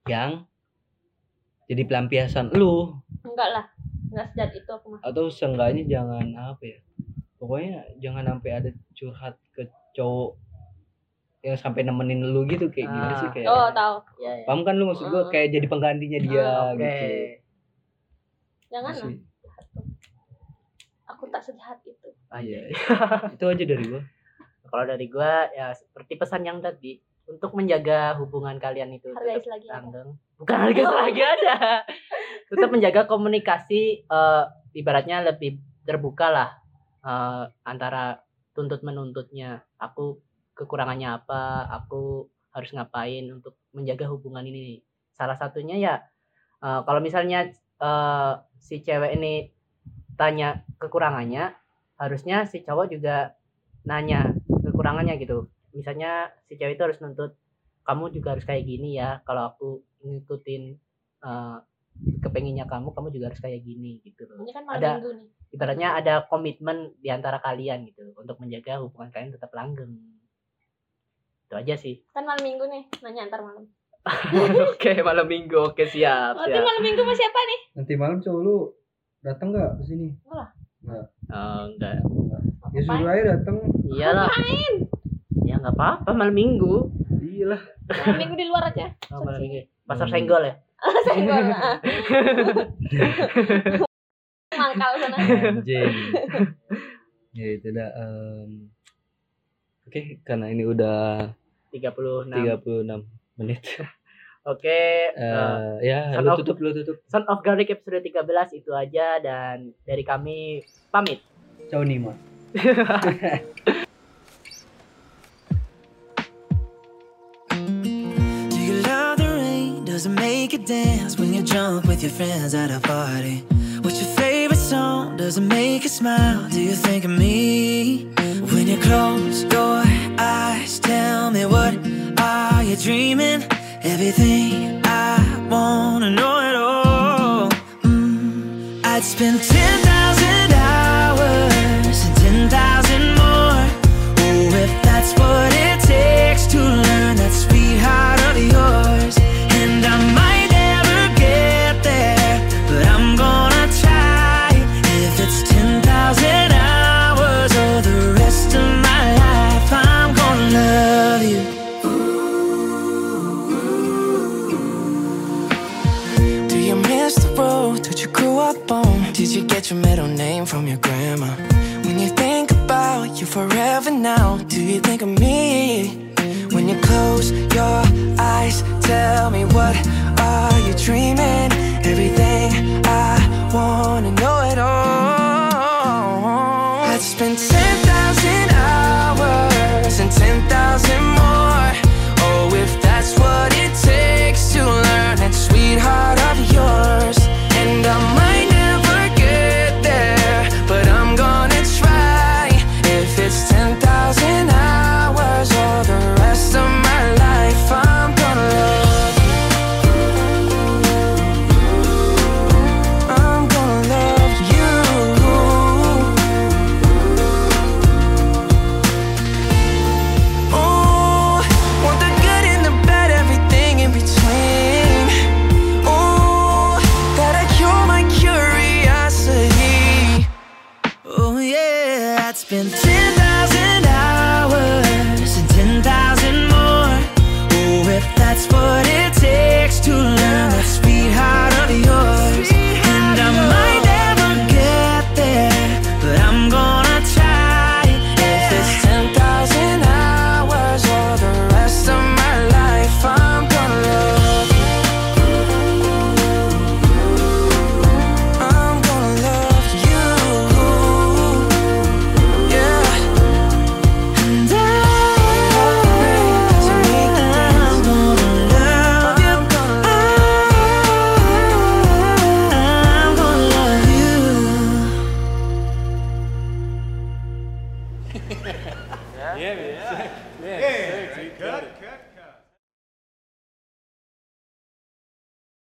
[SPEAKER 1] yang jadi pelampiasan lu
[SPEAKER 3] enggak lah enggak sejat itu aku mah
[SPEAKER 1] atau seenggaknya jangan apa ya pokoknya jangan sampai ada curhat ke cowok yang sampai nemenin lu gitu kayak gimana
[SPEAKER 2] Ah.
[SPEAKER 1] sih kayak
[SPEAKER 3] oh tahu
[SPEAKER 2] Ya, ya.
[SPEAKER 1] paham kan lu maksud gua
[SPEAKER 3] Ah.
[SPEAKER 1] kayak jadi penggantinya dia
[SPEAKER 2] Ah, oke.
[SPEAKER 1] gitu
[SPEAKER 3] jangan
[SPEAKER 1] Terus
[SPEAKER 3] lah
[SPEAKER 1] sih,
[SPEAKER 3] aku tak sejahat itu
[SPEAKER 1] ah,
[SPEAKER 2] *laughs*
[SPEAKER 1] iya. itu aja dari gua
[SPEAKER 2] Kalau dari gua ya seperti pesan yang tadi untuk menjaga hubungan kalian itu
[SPEAKER 3] hargai
[SPEAKER 2] tetap
[SPEAKER 3] lagi
[SPEAKER 2] langgeng. Bukan harga *laughs* lagi ada. Tetap menjaga komunikasi eh, ibaratnya lebih terbuka lah eh, antara tuntut menuntutnya. Aku kekurangannya apa, aku harus ngapain untuk menjaga hubungan ini. Salah satunya ya eh, kalau misalnya eh, si cewek ini tanya kekurangannya, harusnya si cowok juga nanya kekurangannya gitu. Misalnya si cewek itu harus nuntut kamu juga harus kayak gini ya kalau aku ngikutin eh, kepenginnya kamu kamu juga harus kayak gini gitu loh
[SPEAKER 3] ini kan malam
[SPEAKER 2] Ada.
[SPEAKER 3] minggu nih
[SPEAKER 2] ibaratnya ada komitmen di antara kalian gitu untuk menjaga hubungan kalian tetap langgeng itu aja sih
[SPEAKER 3] kan malam minggu nih nanya antar malam
[SPEAKER 2] oke malam minggu oke siap
[SPEAKER 3] berarti malam minggu masih apa nih
[SPEAKER 1] nanti malam cowok lu datang nggak ke sini
[SPEAKER 2] oh,
[SPEAKER 1] ya
[SPEAKER 2] enggak
[SPEAKER 3] Apaan?
[SPEAKER 1] suruh aja datang
[SPEAKER 2] iyalah Iya ya nggak apa-apa malam minggu
[SPEAKER 1] iyalah
[SPEAKER 3] malam minggu di luar aja
[SPEAKER 2] oh, malam minggu pasar
[SPEAKER 1] Hmm.
[SPEAKER 2] senggol ya
[SPEAKER 3] senggol ah. mangkal sana
[SPEAKER 1] anjing *laughs* ya itu dah em. oke karena ini udah
[SPEAKER 2] 36
[SPEAKER 1] 36 menit
[SPEAKER 2] oke
[SPEAKER 1] Eh,
[SPEAKER 2] eh,
[SPEAKER 1] ya
[SPEAKER 2] Son
[SPEAKER 1] lu
[SPEAKER 2] of-
[SPEAKER 1] tutup lu tutup
[SPEAKER 2] Son of Garlic episode 13 itu aja dan dari kami pamit.
[SPEAKER 1] Ciao Nima
[SPEAKER 4] Do you love the rain? Does it make you dance when you're drunk with your friends at a party? What's your favorite song? Does it make you smile? Do you think of me? When you close your eyes, tell me what are you dreaming? Everything I wanna know it all. Mm. I'd spend 10,000 hours and 10,000 more. Oh, if that's what it takes to learn that sweetheart of yours. And I might never get there, but I'm gonna try. If it's 10,000 hours or the rest of my life, I'm gonna love you. Do you miss the road that you grew up on? Did you get your middle name from your grandma? When you think about you forever now, do you think of me? When you close your eyes, tell me what are you dreaming? Everything I wanna know it all. I'd spend 10,000 hours and 10,000 more. Oh, if that's what it takes to learn that sweetheart of yours. And I might never get there, but I'm gonna try. If it's 10,000 hours or the rest of my life, I'm gonna love you. I'm gonna love you. Ooh, want the good and the bad, everything in between. Ooh, gotta cure my curiosity. Oh yeah, I'd spend 10,000 Oh,